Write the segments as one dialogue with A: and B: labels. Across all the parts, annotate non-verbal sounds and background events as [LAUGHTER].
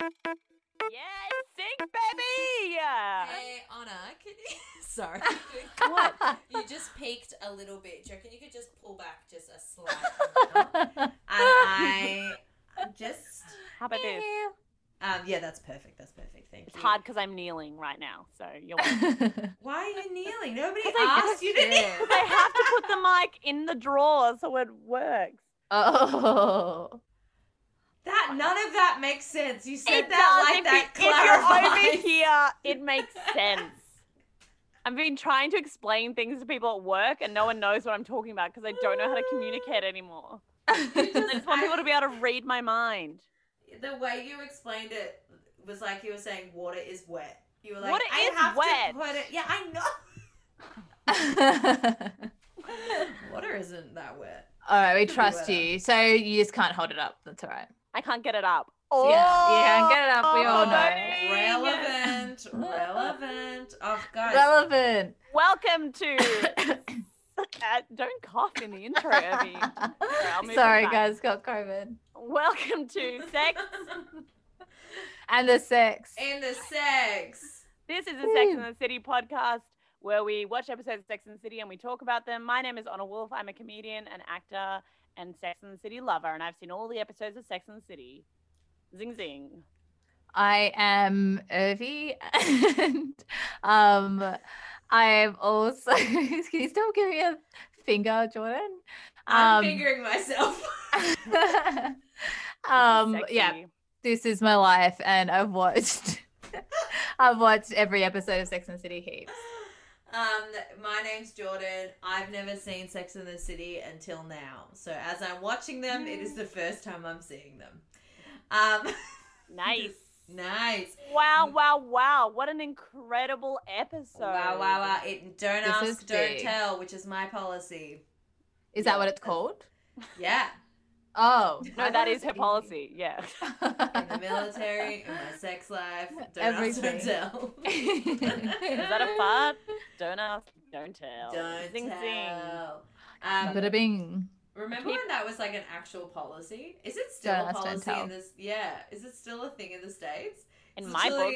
A: Yes, sing, baby.
B: Hey Anna, can you? Sorry, [LAUGHS]
A: What?
B: you just peaked a little bit. Do you reckon you could just pull back just a [LAUGHS] slight? and I I'm just
A: How about this?
B: um yeah, that's perfect. That's perfect. Thank
A: It's
B: you.
A: hard because I'm kneeling right now, so you're. welcome.
B: [LAUGHS] Why are you kneeling? Nobody
A: 'Cause I
B: asked you to kneel.
A: I have to put the mic in the drawer so it works. [LAUGHS]
C: oh.
B: That none of that makes sense. You said
A: it
B: that
A: does.
B: like
A: if,
B: that
A: you- if
B: clarifies.
A: you're over here, it makes sense. I've been trying to explain things to people at work, and no one knows what I'm talking about because I don't know how to communicate anymore. I just want people to be able to read my mind.
B: [LAUGHS] the way you explained it was like you were saying water is wet. You were like,
A: Water
B: I
A: is
B: have
A: wet."
B: to put it. Yeah, I know. [LAUGHS] water isn't that wet.
C: all right, we
B: be
C: trust
B: better.
C: you. So you just can't hold it up. That's all right.
A: I can't get it up. Oh,
C: yeah, get it up, we all know.
A: voting.
B: Relevant, relevant. Oh, guys.
C: Relevant.
A: [LAUGHS] Welcome to. Uh, don't cough in the intro,
C: [LAUGHS]
A: Evie. I'll move it
C: Sorry,
A: back.
C: guys, got COVID.
A: Welcome to Sex.
C: And the sex.
B: and the sex.
A: This is a Sex and the City podcast where we watch episodes of Sex and the City and we talk about them. My name is Anna Wolf. I'm a comedian, an actor, and Sex and the City lover, and I've seen all the episodes of Sex and the City. Zing zing.
C: I am Irvi, and um, I am also. [LAUGHS] Can you still give me a finger, Jordan?
B: I'm
C: Um,
B: figuring myself.
C: [LAUGHS]
B: [LAUGHS]
C: um, yeah,
A: Sexy.
C: this is my life, and I've watched. [LAUGHS] I've watched every episode of Sex and the City heaps.
B: Um, my name's Jordan. I've never seen Sex in the City until now. So as I'm watching them, it is the first time I'm seeing them. Um, [LAUGHS]
A: Nice.
B: nice.
A: Wow, wow, wow. What an incredible episode.
B: wow, wow, wow. It, don't
C: This is
B: ask, don't
C: big.
B: tell, which is my policy.
C: Is
B: Yeah,
C: that what it's
B: that's-
C: called?
B: Yeah.
C: Oh, I
A: [LAUGHS] No,
C: thought
A: that
C: it
A: is her
C: was [LAUGHS] easy.
A: policy. Yeah. [LAUGHS]
B: In the military, in my sex life, don't
C: Everything.
B: ask, don't tell.
A: Is that a fart? Don't ask, don't tell.
B: Don't
A: zing zing.
B: tell. Um,
C: Bada bing.
B: Remember when that was like an actual policy? Is it still
C: Don't
B: a
C: ask, don't
B: policy
C: tell.
B: in this? Yeah, is it still a thing in the states?
A: In
B: It's
A: my
B: literally-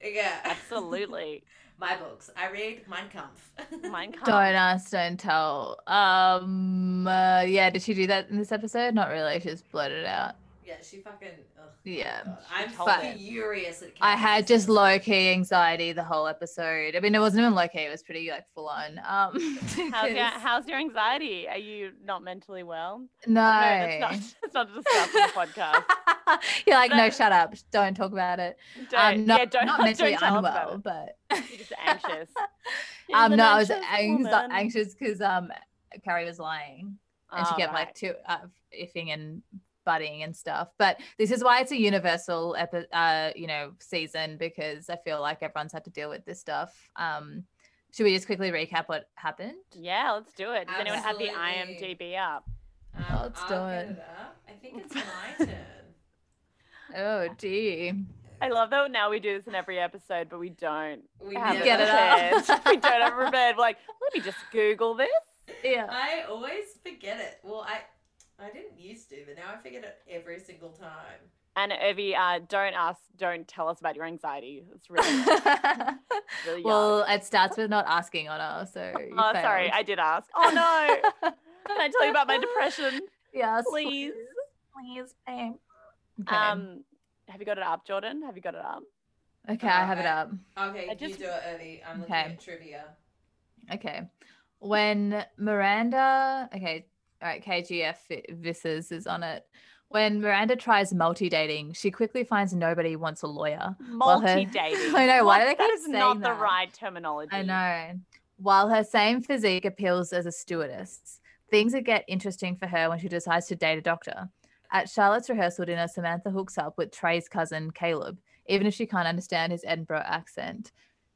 A: books,
B: Yeah,
A: absolutely.
B: [LAUGHS] my books. I read Mein Kampf. [LAUGHS]
A: Mine can't.
C: Don't ask, don't tell. Um, uh, yeah, did she do that in this episode? Not really. She just blurted it out.
B: yeah, she fucking. Ugh,
C: Yeah.
B: God. I'm
A: told
C: it.
B: furious at.
C: I had
B: Cameron.
C: just low key anxiety the whole episode. I mean, it wasn't even low key; it was pretty like full on. Um, [LAUGHS]
A: How's your,
C: because-
A: how's your anxiety? Are you not mentally well?
C: no,
A: No, that's [LAUGHS] not, that's not discussed on the
C: [LAUGHS]
A: podcast. [LAUGHS]
C: you're like, no,
A: But-
C: shut up, don't talk about it.
A: Don't,
C: um, no,
A: yeah, [LAUGHS] don't,
C: not mentally
A: don't tell us about
C: unwell,
A: it.
C: but
A: [LAUGHS] You're just
C: [LAUGHS]
A: anxious. She's
C: um,
A: an
C: no, I was
A: anxious
C: anx-
A: woman.
C: anxious because um, Carrie was lying. and she
A: Oh,
C: kept like
A: right.
C: two uh, iffing and butting and stuff. But this is why it's a universal epi- uh, you know, season because I feel like everyone's had to deal with this stuff. Um, should we just quickly recap what happened?
A: Yeah, let's do it. Does anyone have the
B: Absolutely.
A: IMDb up?
B: Um,
C: Oh, it's
B: I'll
C: done.
B: get it up. I think it's
C: [LAUGHS]
B: my turn.
C: Oh, gee.
A: I love that now we do this in every episode, but we don't
B: We
A: have
C: Get it
A: prepared. [LAUGHS]
C: up.
A: we don't have it prepared. We're like, let me just Google this.
C: [LAUGHS] Yeah.
B: I always forget it. Well, I. I didn't used to, but now I forget it every single time.
A: And Irvi, uh, don't ask, don't tell us about your anxiety. It's
C: [LAUGHS]
A: really, really yuck.
C: well, it starts with not asking on us. So you
A: Oh, sorry,
C: failed.
A: I did ask. Oh no, can I tell you about my
C: [LAUGHS]
A: depression?
C: yes,
A: Please.
C: please, babe. Okay.
A: Um, have you got it up, Jordan? Have you got it up?
C: okay, I
B: uh,
C: have it
B: I-
C: up.
B: Okay,
A: I
B: you
A: just-
B: do it, Irvi. I'm looking
C: Okay.
B: at trivia.
C: Okay. When Miranda, okay, all right, KGF vi- Visses is on it. When Miranda tries multi dating, she quickly finds nobody wants a lawyer. Well, her-
A: Multi dating.
C: [LAUGHS] I know, why do they
A: That
C: keep
A: is not
C: saying
A: the
C: that?
A: right terminology.
C: I know. While her same physique appeals as a stewardess, things that get interesting for her when she decides to date a doctor. At Charlotte's rehearsal dinner, Samantha hooks up with Trey's cousin, Caleb, even if she can't understand his Edinburgh accent.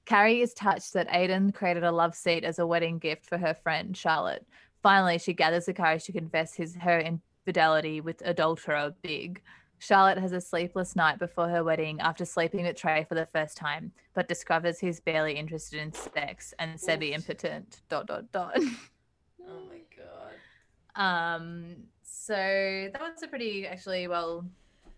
C: Carrie is touched that Aidan created a love seat as a wedding gift for her friend, Charlotte. Finally, she gathers the courage to confess his her infidelity with adulterer Big. Charlotte has a sleepless night before her wedding after sleeping with Trey for the first time, but discovers he's barely interested in sex and semi
B: Oof.
C: impotent. Dot dot dot.
B: [LAUGHS] Oh my god.
C: Um, so that one's a pretty actually well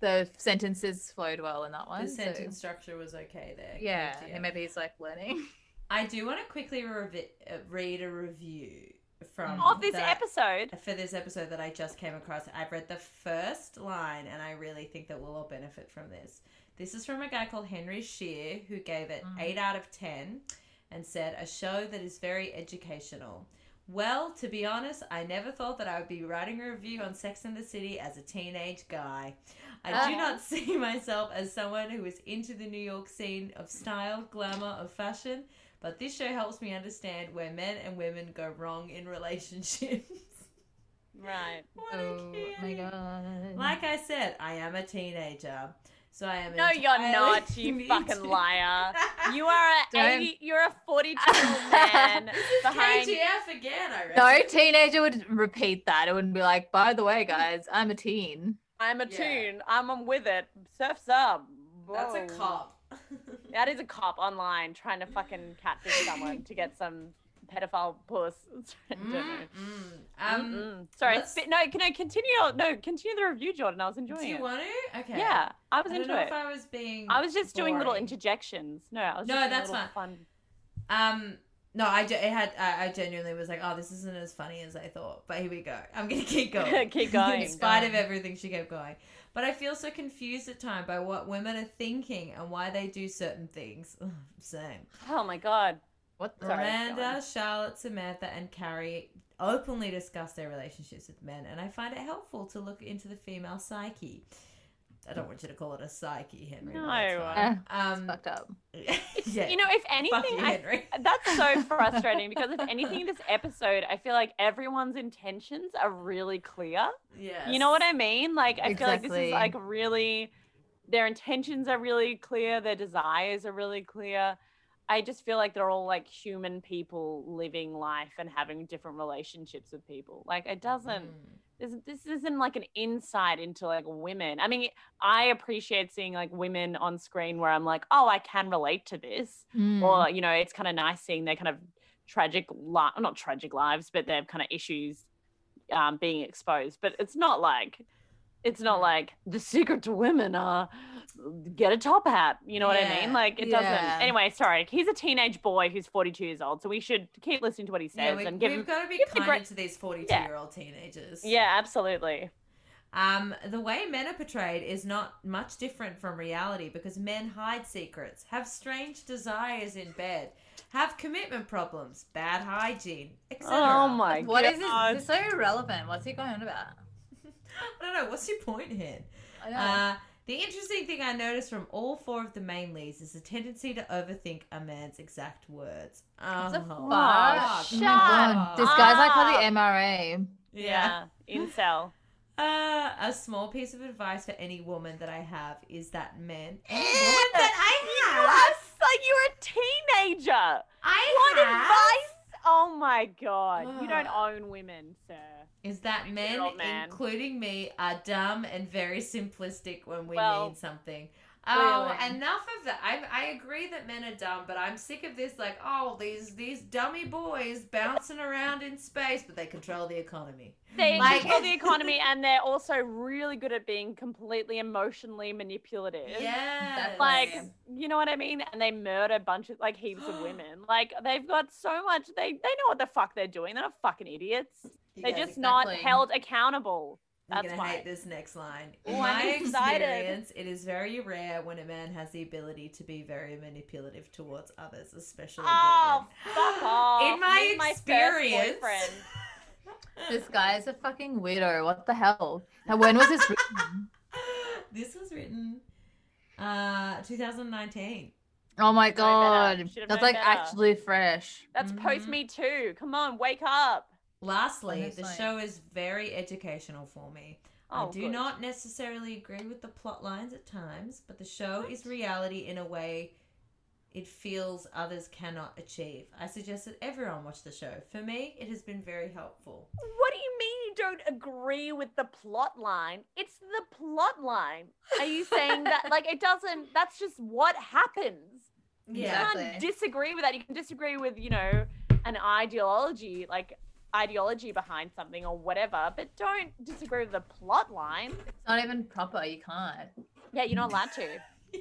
C: the sentences flowed well in that one.
B: The
C: so-
B: sentence structure was okay there. Good
C: Yeah,
B: idea.
C: and maybe he's like learning.
B: I do want to quickly revi- uh, read a review from
A: Of this
B: that-
A: episode.
B: for this episode that I just came across. I've read the first line, and I really think that we'll all benefit from this. This is from a guy called Henry Shear, who gave it
C: Mm.
B: eight out of ten, and said a show that is very educational. Well, to be honest, I never thought that I would be writing a review on Sex and the City as a teenage guy. I do
C: Oh.
B: not [LAUGHS] see myself as someone who is into the New York scene of style, glamour, of fashion, but this show helps me understand where men and women go wrong in relationships. [LAUGHS]
A: Right.
B: What a
C: Oh my
B: cutie.
C: god!
B: Like I said, I am a teenager, so I am.
A: No, you're
B: entirely [LAUGHS]
C: [LAUGHS]
A: not, you
B: me
A: fucking
B: too.
A: liar. You are a
C: Don't-
A: 80, you're a
C: [LAUGHS]
A: 42 year old man behind.
B: KGF again, I read.
A: [LAUGHS]
C: no teenager would repeat that. It wouldn't be like, by the way, guys, I'm a teen.
A: I'm a
B: Yeah.
A: tune. I'm on with it. Surf's up.
B: That's a
A: Whoa.
B: cop. [LAUGHS]
A: [LAUGHS] That is a cop online trying to fucking catfish someone to get some pedophile puss. [LAUGHS] I don't know.
B: Mm, mm. Um,
A: Mm-mm. Sorry.
B: let's-
A: spit- No, can I continue? No, continue the review, Jordan. I was enjoying
B: do you
A: it.
B: want to? Okay.
A: Yeah, I
B: I
A: was
B: don't
A: into
B: know
A: it.
B: if I was being.
A: I was just doing little
B: boring.
A: interjections. No, I was
B: No,
A: just doing
B: that's
A: little
B: fine.
A: fun.
B: Um, no, I ge- it had I, I genuinely was like, oh, this isn't as funny as I thought. But here we go. I'm gonna
A: [LAUGHS]
B: keep going. [LAUGHS]
A: Keep going.
B: In spite of
C: Going.
B: everything, she kept going. But I feel so confused at time by what women are thinking and why they do certain things. [LAUGHS] Ugh, Same.
A: Oh my god.
C: What the?
A: Sorry, go
B: Miranda,
A: on.
B: Charlotte, Samantha, and Carrie openly discuss their relationships with men, and I find it helpful to look into the female psyche. I don't want you to call it a psyche, Henry. but
A: No. [LAUGHS]
B: that's
C: It's
B: fine. Um, [LAUGHS]
C: fucked up.
B: yeah.
A: You know, if
B: Fuck
A: anything,
B: you,
A: I,
B: Henry.
A: [LAUGHS] that's so frustrating because if anything, this episode, I feel like everyone's intentions are really clear.
B: [LAUGHS] Yes.
A: You know what I mean? Like, I feel like this
C: Exactly.
A: is like really, their intentions are really clear, their desires are really clear. I just feel like they're all like human people living life and having different relationships with people. Like, it doesn't.
B: Mm.
A: this, this isn't like an insight into like women. I mean, I appreciate seeing like women on screen where I'm like, oh, I can relate to this,
C: Mm.
A: or you know, it's kind of nice seeing their kind of tragic, li- not tragic lives, but their kind of issues um, being exposed. But it's not like, it's not like the secret to women are get a top hat. You know what I
B: Yeah.
A: mean? Like it
C: Yeah.
A: doesn't. Anyway, sorry. He's a teenage boy who's 42 years old, so we should keep listening to what he says
B: Yeah, we,
A: and give
B: we've
A: him.
B: got to be
A: give the
B: kinder
A: great-
B: to these 42
A: Yeah.
B: year old teenagers.
A: Yeah, absolutely.
B: Um, the way men are portrayed is not much different from reality because men hide secrets, have strange desires in bed, have commitment problems, bad hygiene, etc.
A: Oh my
C: What
A: god.
C: is this? This is so irrelevant. What's he going on about?
B: I don't know. What's your point here?
C: I don't know.
B: Uh, the interesting thing I noticed from all four of the main leads is a tendency to overthink a man's exact words. Oh,
C: What the
A: fuck?
B: fuck.
A: Shut
C: God, This guy's like how
A: Ah.
C: the MRA.
B: yeah.
A: Incel.
B: Uh, a small piece of advice for any woman that I have is that
A: [LAUGHS]
B: men. Any woman that I have,
A: like you're a teenager.
B: I
A: What
B: have
A: advice? Oh my god. You don't
B: Ugh.
A: own women, sir.
B: is that men,
A: Year-old man.
B: including me, are dumb and very simplistic when we
A: Well,
B: mean something. Oh,
C: clearly.
B: enough of that. I, I agree that men are dumb, but I'm sick of this. Like, oh, these these dummy boys bouncing around in space, but they control the economy.
A: They
B: Like-
A: control the economy and they're also really good at being completely emotionally manipulative.
B: Yeah,
A: Like, you know what I mean? And they murder bunches, like heaps
B: [GASPS]
A: of women. Like, they've got so much. They they know what the fuck they're doing. They're not fucking idiots. They're just not
C: exactly.
A: held accountable.
B: You're
A: That's
B: gonna
A: why.
B: hate this next line. In
A: Ooh, I'm
B: my
A: [LAUGHS] excited.
B: experience, it is very rare when a man has the ability to be very manipulative towards others, especially
A: Oh,
B: women.
A: fuck off.
B: [LAUGHS] [GASPS] In my
A: Meet my first
B: experience,
A: boyfriend.
C: This guy is a fucking weirdo. What the hell? Now, when was this written?
B: [LAUGHS]
A: [LAUGHS]
B: this was written uh 2019.
C: Oh my
A: better.
C: god.
A: Should've
C: That's
A: known
C: like
A: better.
C: actually fresh.
A: That's
B: Mhm.
A: post me too. Come on, wake up.
B: Lastly,
C: Honestly.
B: the show is very educational for me.
A: Oh,
B: I do
A: good.
B: not necessarily agree with the plot lines at times, but the show is reality in a way it feels others cannot achieve. I suggest that everyone watch the show. For me, it has been very helpful.
A: What do you mean you don't agree with the plot line? It's the plot line. Are you saying that like it doesn't? That's just what happens. You
C: Yeah.
A: can't disagree with that. You can disagree with you know an ideology like ideology behind something or whatever, but don't disagree with the plot line.
C: It's not even proper. You can't.
A: Yeah, you're not allowed to.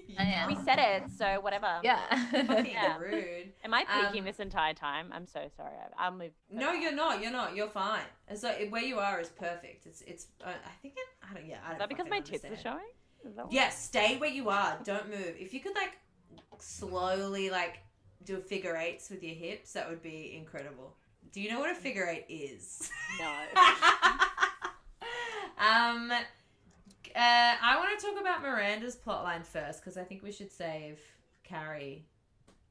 C: Yeah.
A: We said it, so whatever. [LAUGHS]
C: Yeah.
B: Fucking
A: Yeah.
B: rude.
A: Am I peeking
B: Um,
A: this entire time? I'm so sorry. I- I'll move.
B: [LAUGHS] No, you're not. You're not. You're fine. And So it- where you are is perfect. It's it's. Uh, I think. It, I don't. Yeah. I don't
A: Is that because
B: fucking
A: my tits are
B: understand.
A: showing? Is that what-
B: Yeah. Stay where you are. Don't move. If you could like slowly like do figure eights with your hips, that would be incredible. Do you know what a figure eight is? [LAUGHS]
A: No.
B: um, uh, I want to talk about Miranda's plotline first because I think we should save Carrie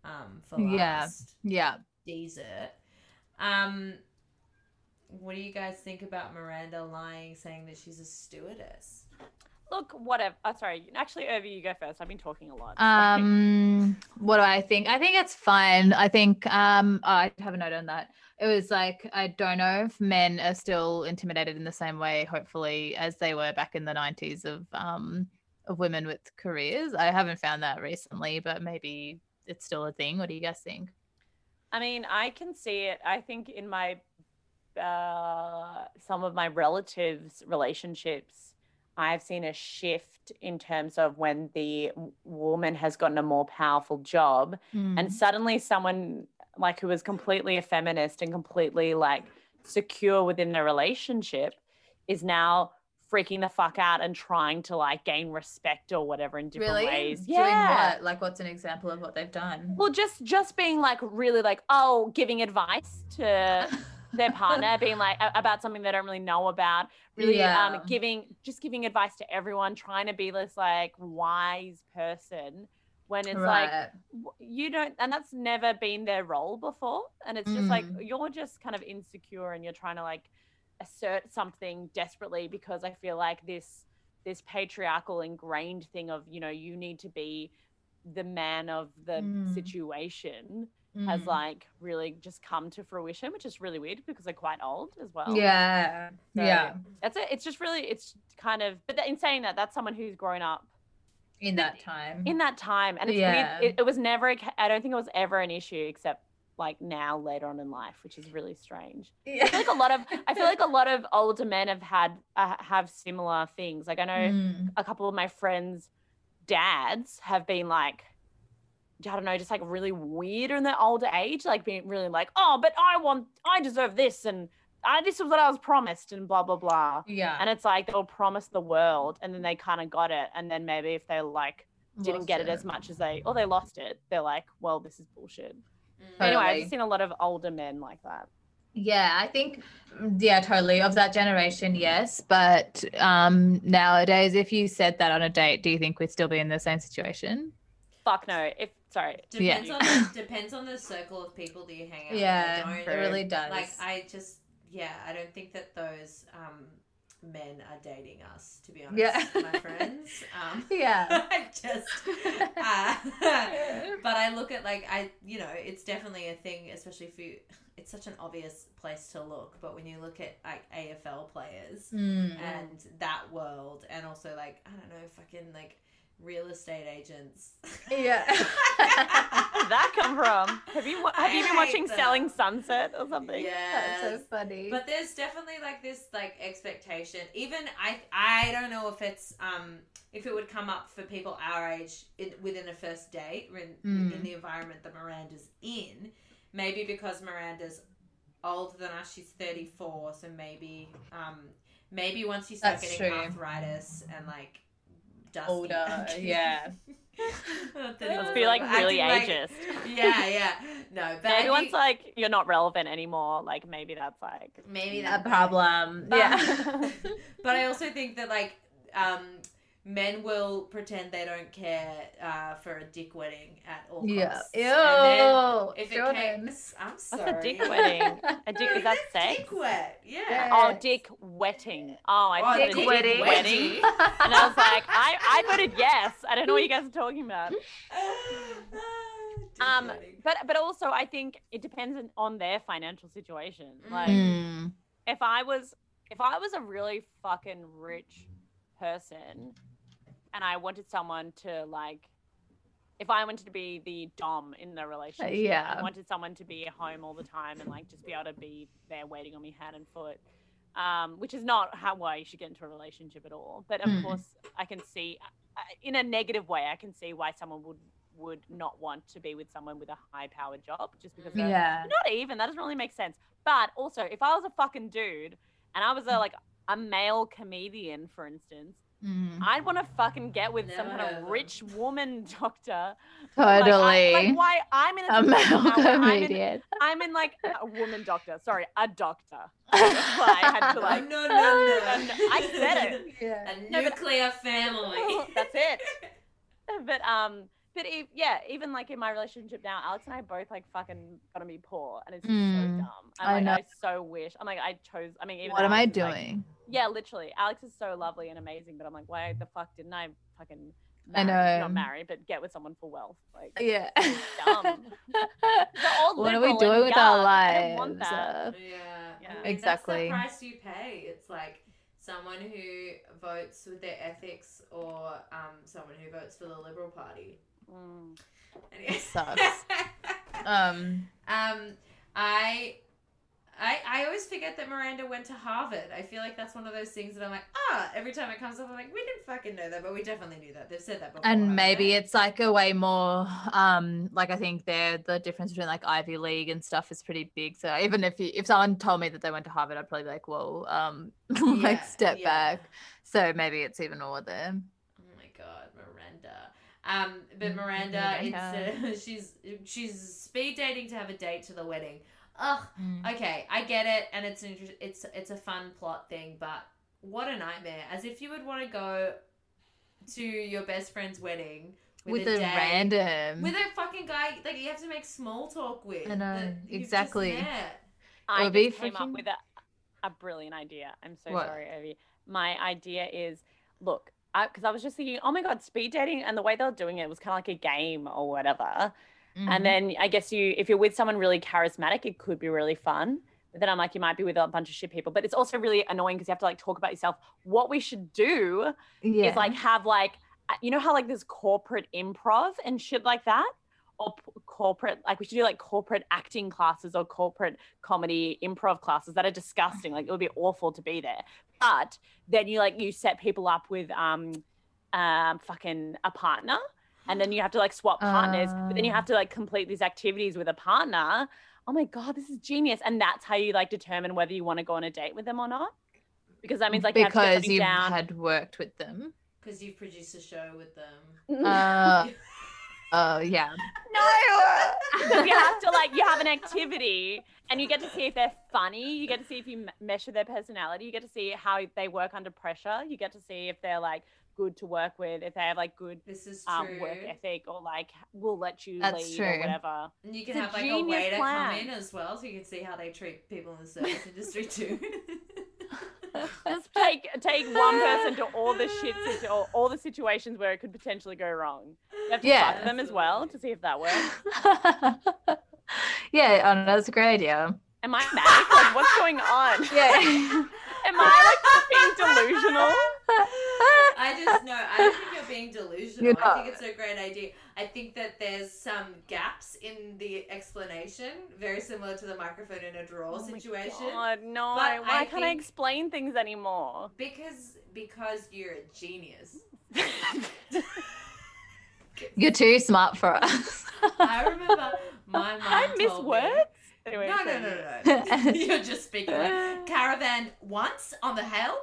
B: um, for
C: Yeah.
B: last
C: [LAUGHS] Yeah.
B: dessert. Um, what do you guys think about Miranda lying, saying that she's a stewardess?
A: Look, whatever. Oh, sorry. Actually, Irv, you go first. I've been talking a lot. [LAUGHS]
C: Um, what do I think? I think it's fine. I think um, oh, I have a note on that. It was like I don't know if men are still intimidated in the same way, hopefully, as they were back in the '90s of um of women with careers. I haven't found that recently, but maybe it's still a thing. What do you guys think?
A: I mean, I can see it. I think in my uh, some of my relatives' relationships, I've seen a shift in terms of when the w- woman has gotten a more powerful job,
C: Hmm. Mm-hmm.
A: and suddenly someone like who was completely a feminist and completely like secure within their relationship is now freaking the fuck out and trying to like gain respect or whatever in different
C: really,
A: ways.
C: doing
A: yeah.
C: what? Like, what's an example of what they've done?
A: Well, just just being like really like oh, giving advice to their
C: [LAUGHS]
A: partner, being like a- about something they don't really know about. Really,
C: Yeah.
A: um, giving just giving advice to everyone, trying to be this like wise person. When it's like
C: Right.
A: w- you don't, and that's never been their role before, and it's just like
C: Mm.
A: you're just kind of insecure, and you're trying to like assert something desperately because I feel like this this patriarchal ingrained thing of you know you need to be the man of the
C: Mm.
A: situation has
C: Mm.
A: like really just come to fruition, which is really weird because they're quite old as well.
C: yeah,
A: So,
C: yeah,
A: That's it. It's just really, it's kind of, but in saying that, that's someone who's grown up
C: in that time.
A: in that time. And it's
C: Yeah.
A: weird. It, it was never, a ca- I don't think it was ever an issue except like now later on in life, which is really strange. I feel like a lot
C: [LAUGHS]
A: of, I feel like a lot of older men have had, uh, have similar things. Like I know
C: Mm.
A: a couple of my friends' dads have been like, I don't know, just like really weird in their older age, like being really like, oh, but I want, I deserve this, and I this was what I was promised, and blah blah blah.
C: yeah.
A: And it's like they were promised the world, and then they kind of got it, and then maybe if they like didn't
C: Lost
A: get it as much as they, or they lost it, they're like, well, this is bullshit.
C: But-
A: Anyway, I've
C: Totally.
A: just seen a lot of older men like that.
C: Yeah, I think mm, yeah, totally. Of that generation, yes. But um nowadays, if you said that on a date, do you think we'd still be in the same situation?
A: Fuck no. If sorry,
B: Depends
A: Yeah.
B: on the, depends on the circle of people that you hang out. with.
C: Yeah,
B: I
C: it
B: don't-
C: really does.
B: Like I just yeah, I don't think that those um, men are dating us. To be honest,
C: Yeah.
B: my
C: [LAUGHS]
B: friends. Um,
C: [LAUGHS]
B: [LAUGHS]
C: yeah.
B: I just. Uh,
C: [LAUGHS]
B: but I look at like I you know it's definitely a thing, especially if you. It's such an obvious place to look, but when you look at like AFL players
C: Mm.
B: and that world, and also like I don't know, fucking like real estate
C: [LAUGHS]
B: agents. [LAUGHS]
C: Yeah.
A: where did that come from? Have you wa- have
B: I
A: you been
B: hate
A: watching
B: them.
A: Selling Sunset or something?
C: That's so
B: Yes.
C: funny.
B: But there's definitely like this like expectation. Even I I don't know if it's um if it would come up for people our age in, within a first date when
C: Mm.
B: in the environment that Miranda's in, maybe because Miranda's older than us, she's 34, so maybe um maybe once you start
C: That's
B: getting
C: true.
B: arthritis and like dusty, [LAUGHS]
C: Older, yeah.
A: Let's be like really ageist.
B: yeah, yeah. No, but I
A: Maybe once
B: think-
A: like you're not relevant anymore, like maybe that's like
B: maybe
C: a
B: that
C: problem.
B: But- [LAUGHS]
C: yeah. [LAUGHS]
B: but I also think that like um, men will pretend they don't care uh, for a dick wedding at all costs.
C: yeah.
B: And then
C: Ew.
B: if it
C: Jordan.
B: comes, I'm
A: a
B: sorry.
A: dick
B: [LAUGHS]
A: wedding? a dick is that
B: That's
A: sex?
B: Dick wet. Yeah.
C: Yeah.
A: Oh, dick wetting. Oh, I
B: Oh,
A: said
C: [LAUGHS] dick
A: a dick
C: wetting.
A: wedding.
C: [LAUGHS]
A: And I was like, I, I voted yes. I don't know what you guys are talking about.
B: Ah, Dick [LAUGHS]
A: Um,
B: wedding.
A: But but also I think it depends on- on their financial situation. Like
C: Mm.
A: if I was if I was a really fucking rich person and I wanted someone to like if I wanted to be the dom in the relationship,
C: yeah.
A: I wanted someone to be at home all the time and like just be able to be there waiting on me hand and foot, um, which is not how why you should get into a relationship at all. But of
C: Mm.
A: course, I can see I- in a negative way, I can see why someone would would not want to be with someone with a high powered job just because they're
C: Yeah.
A: not even that doesn't really make sense. But also, if I was a fucking dude and I was a like a male comedian, for instance.
C: Mm.
A: I'd want to fucking get with some
B: Never
A: kind
B: heard
A: of
B: of
A: rich woman [LAUGHS] doctor. Like, I-
C: Totally.
A: Like, why I'm in a,
C: a
A: position
C: [LAUGHS] male
A: now where I'm in,
C: comedian.
A: I'm in like a woman doctor. Sorry, a doctor.
C: [LAUGHS]
A: That's why I had to like.
B: Oh, no,
A: [LAUGHS]
B: no, no.
A: and I said it.
C: Yeah.
B: A
A: No, but-
B: nuclear family.
A: [LAUGHS] That's it. But um, but if, yeah, even like in my relationship now, Alex and I both like fucking gonna be poor, and it's just so
C: Mm.
A: dumb.
C: I
A: I'm like,
C: know.
A: I so wish. I'm like, I chose. I mean, even
C: What am I
A: Alex is, like,
C: doing?
A: Yeah, literally. Alex is so lovely and amazing, but I'm like, why the fuck didn't I fucking
C: I
A: marry-
C: know.
A: not marry, but get with someone for wealth? Like
C: [LAUGHS] yeah.
A: [LAUGHS] dumb. They're all
C: what are we
A: liberal
C: doing
A: and
C: with our
A: young. I don't
C: lives?
A: want that.
B: [LAUGHS]
C: Uh,
B: Yeah.
A: Yeah.
C: Exactly.
B: That's the price you pay. It's like someone who votes with their ethics or um, someone who votes for the Liberal Party. [LAUGHS]
A: Mm.
B: Anyway.
C: Sucks. um,
B: [LAUGHS] um, I. I, I always forget that Miranda went to Harvard. I feel like that's one of those things that I'm like, ah, every time it comes up, I'm like, we didn't fucking know that, but we definitely knew that. They've said that before.
C: and maybe it's like a way more um like i think there the difference between like ivy league and stuff is pretty big so even if you if someone told me that they went to harvard i'd probably be like whoa um [LAUGHS] like
B: Yeah,
C: step
B: yeah.
C: back so maybe it's even more there
B: Oh my god, Miranda. Um, but
C: Mm,
B: Miranda,
C: Miranda.
B: it's uh, [LAUGHS] she's she's speed dating to have a date to the wedding. Ugh.
C: Mm.
B: Okay, I get it, and it's an inter- it's it's a fun plot thing, but what a nightmare! As if you would want to go to your best friend's wedding
C: with, a,
B: day-
C: random
B: with a fucking guy like you have to make small talk with.
C: I know,
B: that you've just
C: exactly.
B: met.
A: I
C: would be
A: just came up
C: freaking-
A: with a, a brilliant idea. I'm so
C: What?
A: sorry, Evie. My idea is, look, because I, was just thinking, oh my god, speed dating and the way they were doing it was kind of like a game or whatever.
C: Mhm.
A: And then I guess you, if you're with someone really charismatic, it could be really fun. But then I'm like, you might be with a bunch of shit people. But it's also really annoying because you have to like talk about yourself. What we should do
C: yeah
A: is like have like uh, you know how like there's corporate improv and shit like that or p- corporate like we should do like corporate acting classes or corporate comedy improv classes that are disgusting like it would be awful to be there but then you like you set people up with um um fucking a partner and then you have to like swap partners but then you
C: Ah.
A: have to like complete these activities with a partner oh my god this is genius and that's how you like determine whether you want to go on a date with them or not because that means like you have to get
C: because
A: something
C: you
A: down
C: had worked with
A: [LAUGHS]
C: them
B: because you've produced a show with them.
A: Mm-hmm.
C: uh, oh yeah
A: [LAUGHS] No. so you have to like you have an activity and you get to see if they're funny you get to see if you m- measure their personality you get to see how they work under pressure you get to see if they're like good to work with if they have like good
B: This is true.
A: um, work ethic or like will let you
C: That's
A: lead
C: true.
A: or whatever
B: And you can
A: It's a
B: have like a
A: genius
B: waiter come
A: plan.
B: in as well, so you can see how they treat people in the service industry too.
A: just take take one person to all the shit situ- or all the situations where it could potentially go wrong [LAUGHS] you have to
C: Yeah.
A: fuck them as well to see if that works
C: [LAUGHS] yeah oh, no, that's a great idea [LAUGHS]
A: am i magic like what's going on
C: yeah
A: [LAUGHS] am i like being delusional
B: I just know. I don't think you're being delusional.
C: You're
B: I
C: not.
B: think it's a great idea. I think that there's some gaps in the explanation, very similar to the microphone in a drawer
A: Oh my
B: situation.
A: God, no.
B: But
A: Why
B: I
A: can't I
B: think-
A: explain things
B: [LAUGHS]
A: anymore? [LAUGHS]
B: Because because you're a genius.
C: You're too smart for us. [LAUGHS]
B: I remember my mom.
A: [LAUGHS] I miss
B: told me-
A: words. Anyway,
B: No, no,
A: sorry.
B: no,
A: [LAUGHS]
B: no. [LAUGHS] You're just speaking like caravan once on the hill.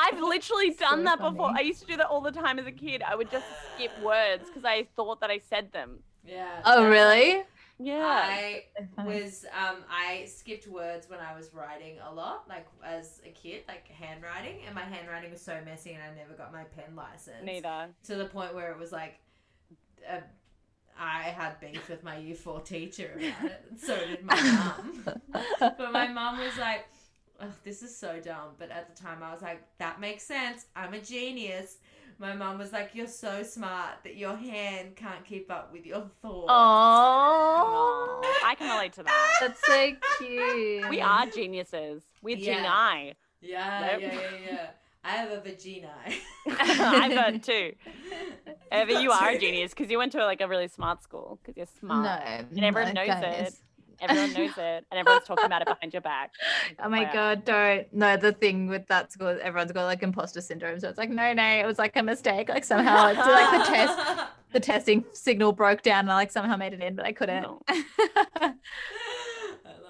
A: I've literally done
C: So
A: that before.
C: funny.
A: I used to do that all the time as a kid. I would just skip words because I thought that I said them.
B: Yeah.
C: oh,
B: that's-
C: really?
A: Yeah.
B: I
C: Uh-huh.
B: was um I skipped words when I was writing a lot, like as a kid, like handwriting, and my handwriting was so messy, and I never got my pen license.
A: Neither.
B: To the point where it was like, uh, I had beef with my year four teacher about it. and So did my mum. but my mum was like. Oh, this is so dumb. But at the time, I was like, that makes sense. I'm a genius. My mum was like, you're so smart that your hand can't keep up with your thoughts.
A: Oh,
C: Oh,
A: I can relate to that.
C: that's so cute.
B: [LAUGHS]
A: We are genius. We're
B: Yeah.
A: geni.
B: Yeah,
A: Nope.
B: yeah, yeah, yeah. I have a vagina.
A: [LAUGHS] I've got two. Ever you
B: Got
A: are
B: [LAUGHS]
A: a
B: two.
A: genius because you went to like a really smart school because you're smart.
C: No.
A: And everyone
C: no,
A: knows
C: goodness.
A: Everyone knows it, and everyone's talking about it behind your back.
C: [LAUGHS] Oh my
A: Wow.
C: god, don't. No, the thing with that school is everyone's got like imposter syndrome. So it's like, no, no, it was like a mistake. Like somehow it's like the
A: [LAUGHS]
C: test the testing signal broke down and I like somehow made it in, but I couldn't.
A: No.
B: [LAUGHS]
C: [LAUGHS]
B: I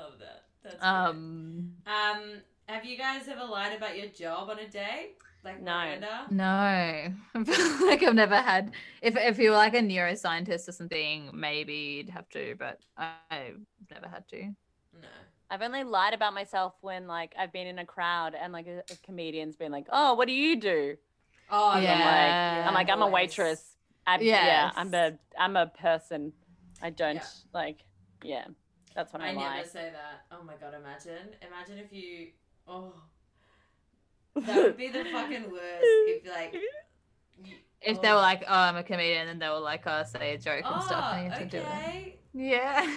B: love that. That's great. um,
C: um
B: have you guys ever lied about your job on a day? Like
A: No.
B: Miranda?
C: no. [LAUGHS] I feel like I've never had if if you were like a neuroscientist or something, maybe you'd have to, but I've never had to.
B: No.
A: I've only lied about myself when like I've been in a crowd and like a, a comedian's been like, "Oh, what do you do?"
B: Oh,
A: And
B: yeah.
A: I'm like, I'm like, I'm a
B: always.
A: waitress. I, Yeah, I'm
C: Yes.
A: a I'm a person. I don't
B: Yeah.
A: like. Yeah, that's when I,
B: I
A: lie.
B: never say that. Oh my god, imagine. Imagine if you oh
A: [LAUGHS]
B: that would be the fucking worst if like you-
C: If they were
B: oh.
C: like, oh, I'm a comedian, and they were like, oh, say a joke and stuff. and you
B: Oh,
C: have to do it.
B: okay. [LAUGHS]
C: Yeah.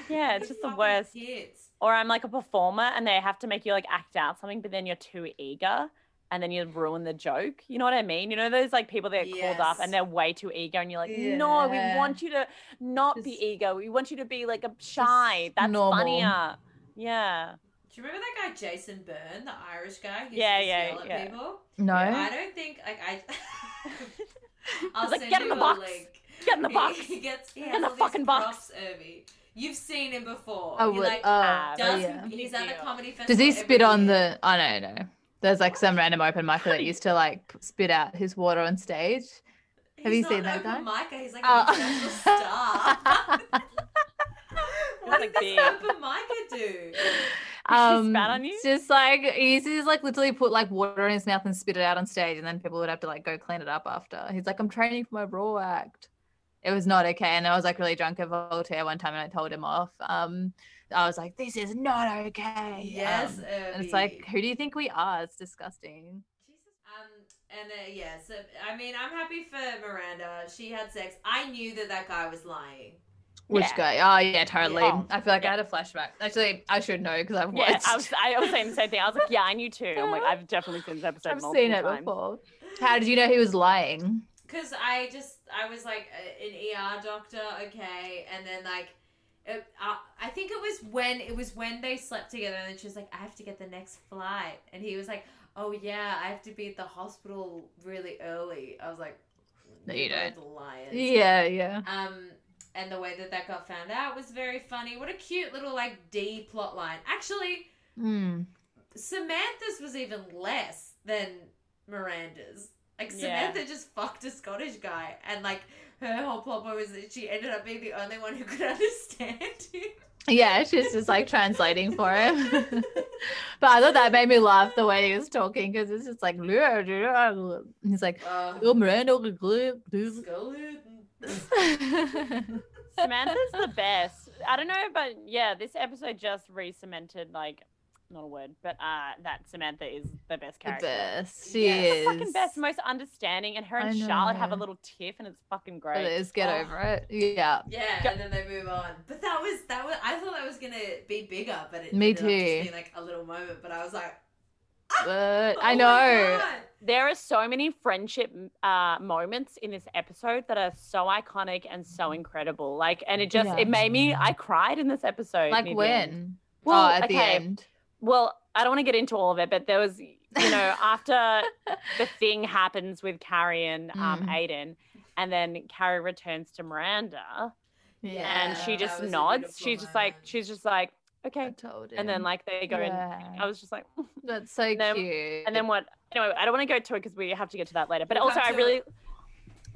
A: yeah,
B: You
A: it's just the
B: fucking
A: worst.
B: Hits.
A: Or I'm like a performer and they have to make you like act out something, but then you're too eager and then you ruin the joke. You know what I mean? You know those like people that get called up
B: Yes.
A: and they're way too eager and you're like, no, we
C: Yeah.
A: want you to not be
C: Just-
A: eager. We want you to be like a shy. That's
C: normal.
A: funnier. Yeah.
B: Do you remember that guy Jason Byrne, the Irish guy who
A: Yeah,
B: used to
A: yeah,
B: yell at
A: yeah.
B: people?
C: No.
B: I don't think like
A: [LAUGHS]
B: I. I'll
A: Like,
B: send
A: "Get in
B: you
A: the box.
B: A link.
A: Get in the
B: He-
C: [LAUGHS]
A: box. [LAUGHS]
B: He gets he
A: In
B: has
A: the
B: all these
A: fucking box.
B: props, Irby. You've seen him before.
C: I
B: He,
C: would.
B: like,
C: oh,
A: ah,
B: does-
C: yeah.
B: He's at the comedy festival.
C: Does he
B: every
C: spit on
B: year.
C: the? I don't know. There's like some random open micer that
A: Honey.
C: used to like p- spit out his water on
B: [LAUGHS]
C: stage. Have
B: He's
C: you
B: not
C: seen
B: an
C: that
B: open micer, He's like
C: Oh.
B: an international
C: [LAUGHS]
B: star. what
A: like
B: did
A: big.
B: this open micer do?
A: Did she
C: Um,
A: spat on
C: [LAUGHS]
A: you?
C: Just like he's just like literally put like water in his mouth and spit it out on stage, and then people would have to like go clean it up after. He's like, I'm training for my raw act. It was not okay, and I was like really drunk at Voltaire one time, and I told him off. Um, I was like, this is not okay.
B: Yes,
C: Um,
B: Irby.
C: and it's like, who do you think we are? It's disgusting.
B: Jesus. Um, and uh, yeah, so I mean, I'm happy for Miranda. She had sex. I knew that that guy was lying.
C: Which
A: Yeah.
C: guy? Oh yeah, totally.
A: Oh,
C: I feel like
A: yeah.
C: I had a flashback. Actually, I should know because I've watched.
A: Yeah, I was, I was saying the same thing. I was like, yeah, I knew too. I'm like, I've definitely seen this episode.
C: [LAUGHS] I've
A: multiple
C: seen it
A: times.
C: before. How did you know he was lying?
B: Because I just, I was like a- an ER doctor, okay. And then, like, it, I, I think it was when it was when they slept together, and then she was like, "I have to get the next flight," and he was like, "Oh yeah, I have to be at the hospital really early." I was like,
C: No, you
B: both Liars.
C: Yeah, yeah.
B: Um, and the way that that got found out was very funny. What a cute little like D plot line. Actually,
C: Hmm.
B: Samantha's was even less than Miranda's. Like
A: Yeah.
B: Samantha just fucked a Scottish guy, and like her whole plot point was that she ended up being the only one who could [LAUGHS] understand him.
C: Yeah, she's just like translating for him.
B: [LAUGHS]
C: [LAUGHS] but I thought that made me laugh the way he was talking because it's just like [LAUGHS] he's like.
B: Uh,
C: "Oh, Miranda, glue, glue,
A: [LAUGHS]
C: glue."
B: Skeleton.
A: Samantha's the best. I don't know, but yeah, this episode just re-cemented like not a word, but uh that Samantha is the best
C: the
A: character.
C: best. She
B: Yeah.
C: is.
A: Fucking best, most understanding, and her
C: I
A: and Charlotte have a
C: know.
A: little tiff, and it's fucking
C: It
A: great.
C: is. Get
B: Oh.
C: over it. Yeah.
B: Yeah, and then they move on. But that was that was. I thought that was gonna be bigger, but it
C: Me
B: ended up just
C: too.
B: being, like a little moment. But I was like,
A: [GASPS]
C: But I
B: "Oh my
C: know.
B: God."
A: There are so many friendship uh, moments in this episode that are so iconic and so incredible. Like, and it just
C: Yeah.
A: it made me I cried in this episode.
C: Like
A: near the end.
C: when?
A: Well,
C: oh, at the
A: okay.
C: end.
A: Well, I don't want to get into all of it, but there was you
B: [LAUGHS]
A: know after the thing happens with Carrie and um,
C: Mm.
A: Aiden, and then Carrie returns to Miranda, and
B: Yeah,
A: she
B: that
A: just
B: was a
A: nods.
B: beautiful
A: She's just like,
B: moment.
A: she's just like,
C: I
A: okay.
C: told
A: And then
C: him.
A: like they go in.
C: Yeah.
A: I was just like,
C: that's so
A: and then-
C: cute.
A: and then what? Anyway, I don't want to go to it because we have to get to that later. But
B: We'll
A: also,
B: come
A: I
B: to
A: really,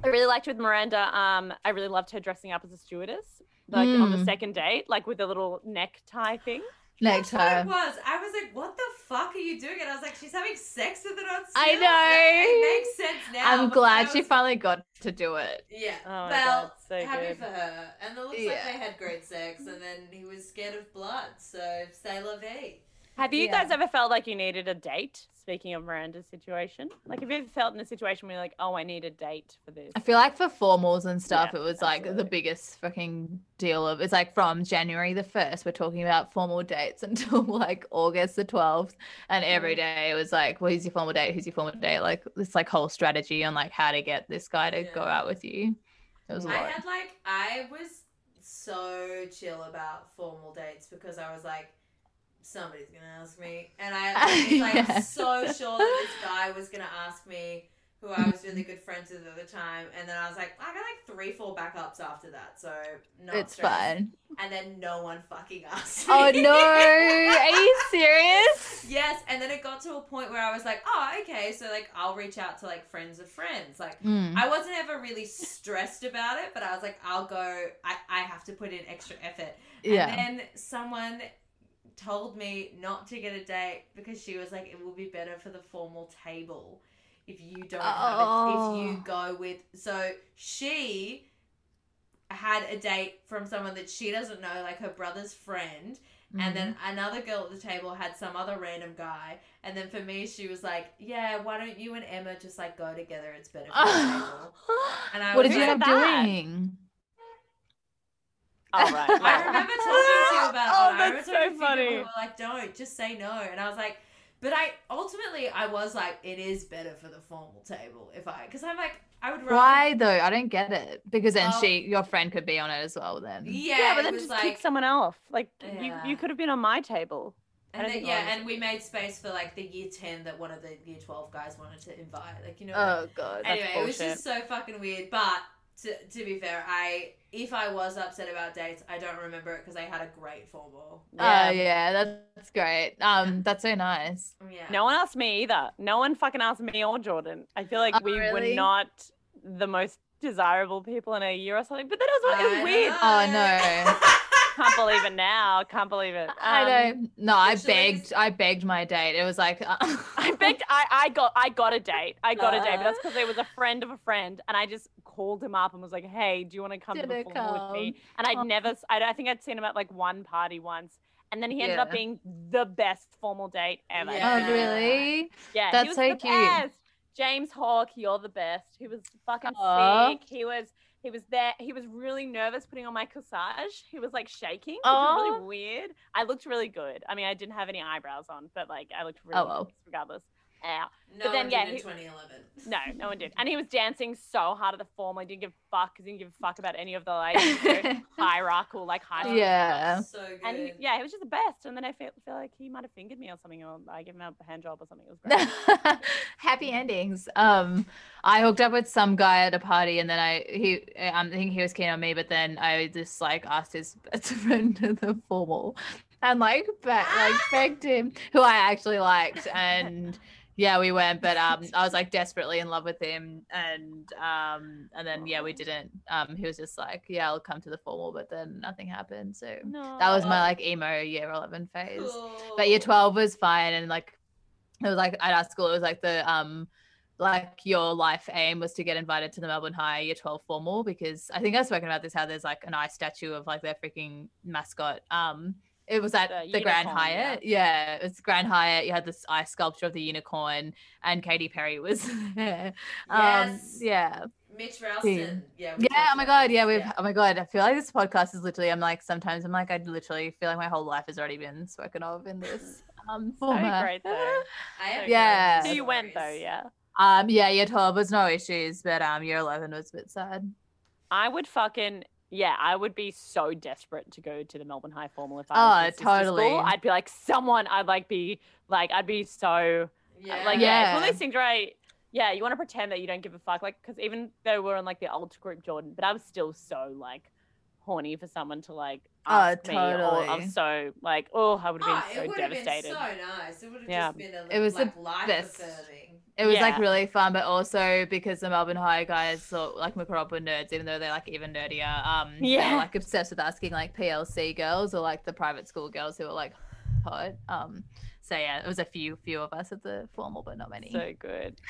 A: I really liked with Miranda. Um, I really loved her dressing up as a stewardess, like on the
C: Mm.
A: second date, like with the little necktie thing. [LAUGHS]
C: next
B: That's what
C: time.
B: it was. I was like, what the fuck are you doing? And I was like, she's having sex with it on
C: I
B: Snap.
C: know.
B: It makes sense now.
C: I'm
B: but I
C: glad
B: was-
C: she finally got to do it.
B: Yeah.
A: Oh my
B: well,
A: God, so
B: happy
A: good.
B: for her. And it looks like
C: Yeah.
B: they had great sex. And then he was scared of blood. So, say la vie.
A: Have you
C: Yeah.
A: guys ever felt like you needed a date? Speaking of Miranda's situation, like have you ever felt in a situation where you're like, oh, I need a date for [LAUGHS] this?
C: I feel like for formals and stuff,
A: Yeah,
C: it was like the
A: absolutely.
C: biggest fucking deal of it's like from January the 1st, we're talking about formal dates [LAUGHS] until like August the 12th. And every
A: Mm.
B: Mm-hmm.
C: day it was like, well, who's your formal date? Who's your formal date? Like this like whole strategy on like how to get this guy to go
B: Yeah.
C: out with you. It was a
B: I
C: lot.
B: had like I was so chill about formal dates because I was like, somebody's gonna ask me, and
C: [LAUGHS]
B: I was like
C: Yeah.
B: so sure that this guy was gonna ask me, who I was really good friends with at the time, and then I was like, I got like three, four backups after that, so no
C: It's
B: stress. [LAUGHS]
C: fun.
B: And then no one fucking [LAUGHS] asked.
C: Oh
B: me.
C: no. Are you serious?
B: [LAUGHS] Yes, and then it got to a point where I was like, oh, okay, so like I'll reach out to like friends of friends. Like
C: Mm.
B: I wasn't ever really stressed about it, but I was like, I'll go. I, I have to put in extra effort.
C: Yeah.
B: And then someone told me not to get a date because she was like, it will be better for the formal table if you don't have it, if
C: Oh.
B: you go with. So she had a date from someone that she doesn't know, like her brother's friend and
C: mm.
B: then
C: Mm-hmm.
B: another girl at the table had some other random guy and then for me she was like yeah why don't you and emma just like go together it's better for the
C: [LAUGHS]
B: table and I
C: what
B: was
C: did you
B: like
C: have
A: that.
C: doing?
A: Oh right.
B: i
A: right.
B: remember talking to you
A: [LAUGHS]
B: about
A: Oh,
B: it i
A: that's
B: remember talking
A: so
B: to people
A: funny.
B: who were like don't just say no and i was like but i ultimately i was like it is better for the formal table if i because i'm like i would rather
C: Why though? I don't get it. Because then
B: Oh.
C: she, your friend, could be on it as well. Then.
B: yeah,
A: yeah, but
B: it
A: then
B: was
A: just
B: like
A: pick someone else. Like
B: Yeah.
A: you, you could have been on my table. I
B: and
A: don't
B: then,
A: think
B: yeah
A: I
B: and we made space for like the year 10 that one of the year 12 guys wanted to invite like you know that
C: Oh god.
A: That's
B: anyway, it was
A: bullshit.
B: just so fucking weird. But to, to be fair, I if I was upset about dates, I don't remember it because I had a great formal.
C: Oh yeah, that's, that's great. [LAUGHS] Um, that's so nice.
B: Yeah.
A: No one asked me either. No one fucking asked me or Jordan. I feel like
C: Oh,
A: we
C: really?
A: were not the most desirable people in a year or something. But that was it was
B: I
A: weird.
B: don't
C: Oh,
B: know. [LAUGHS]
A: Can't believe it now. Can't believe it.
C: [LAUGHS] I
A: Um,
C: don't. No, I
B: literally
C: begged.
B: just-
C: I begged my date. It was like. [LAUGHS]
A: I begged. I, I got. I got a date. I got a date, but that's because it was a friend of a friend, and I just called him up and was like, "Hey, do you want to come to
C: Did
A: the
C: it
A: formal with me?" And
C: Oh.
A: I'd never. s- I, I think I'd seen him at like one party once, and then he ended up
C: Yeah.
A: being the best formal date ever.
C: Oh
B: Yeah.
C: really?
A: Yeah,
C: That's
A: he was
C: so
A: the
C: cute.
A: Best. James Hawk, you're the best. He was fucking
C: Aw.
A: sick. He was he was there. He was really nervous putting on my corsage. He was like shaking, which was
C: Aw.
A: really weird. I looked really good. I mean, I didn't have any eyebrows on, but like I looked really
C: Oh, well.
A: good regardless. Yeah.
B: No
A: But then,
B: one
A: yeah,
B: did in
A: he-
B: 2011.
A: No, no one did. And he was dancing so hard at the form. I didn't give a fuck because he didn't give a fuck about any of the like
C: [LAUGHS]
A: you know, hierarchical like high.
C: Yeah.
B: So good.
A: And he, yeah, he was just the best. And then I feel, feel like he might have fingered me or something, or I gave him a hand job or
C: [LAUGHS]
A: something. It was great.
C: Happy endings. Um, I hooked up with some guy at a party, and then I he um, I think he was keen on me, but then I just like asked his [LAUGHS] best friend to the formal, and like be- like begged him, who I actually liked, and yeah, we went, but um, I was like desperately in love with him, and um, and then yeah, we didn't. Um, he was just like, yeah, I'll come to the formal, but then nothing happened. So
A: no.
C: that was my like emo year eleven phase
B: Cool.
C: but year 12 was fine and like it was like at our school it was like the um like your life aim was to get invited to the melbourne high year 12 formal because i think i've spoken about this how there's like an ice statue of like their freaking mascot um it was at
A: The
C: the grand
A: unicorn, yeah.
C: hyatt yeah. it was grand hyatt you had this ice sculpture of the unicorn and Katy perry was [LAUGHS] there
B: Yes.
C: um yeah
B: Mitch Ralston. Yeah. we
C: yeah,
B: talked
C: oh my
B: about
C: god, yeah,
B: this.
C: we've oh my god, I feel like this podcast is literally I'm like sometimes I'm like I literally feel like my whole life has already been spoken
A: [LAUGHS]
C: of in this um format.
A: great, though.
B: I have
C: Yeah.
A: So
B: no
A: you went though,
B: stories.
A: yeah.
C: [LAUGHS] Um yeah, year twelve was no issues, but um year eleven was a bit sad.
A: I would fucking yeah, I would be so desperate to go to the Melbourne High formal if
C: Oh,
A: I was in sister
C: totally.
A: School. I'd be like someone. I'd like be like I'd be so
B: Yeah.
A: like yeah. It's one
C: Yeah.
A: of these things right. Yeah, you want to pretend that you don't give a fuck, like because even though we're in like the old group, Jordan, but I was still so like horny for someone to like
C: Oh,
A: ask me, or I
C: totally.
A: was so like oh, I would
B: Oh,
A: have
B: it
A: been so
B: would have been so
A: devastated.
B: nice. It would have
A: Yeah.
B: just been a
C: It was the
B: like, life
C: best.
B: affirming.
C: It was like
A: Yeah.
C: really fun, but also because the Melbourne High guys thought like McCrop were nerds, even though they're like even nerdier.
A: [LAUGHS]
C: Um they were,
A: Yeah.
C: like obsessed with asking like PLC girls or like the private school girls who were like hot. Um so yeah, it was a few few of us at the formal, but not many. [LAUGHS]
A: so good,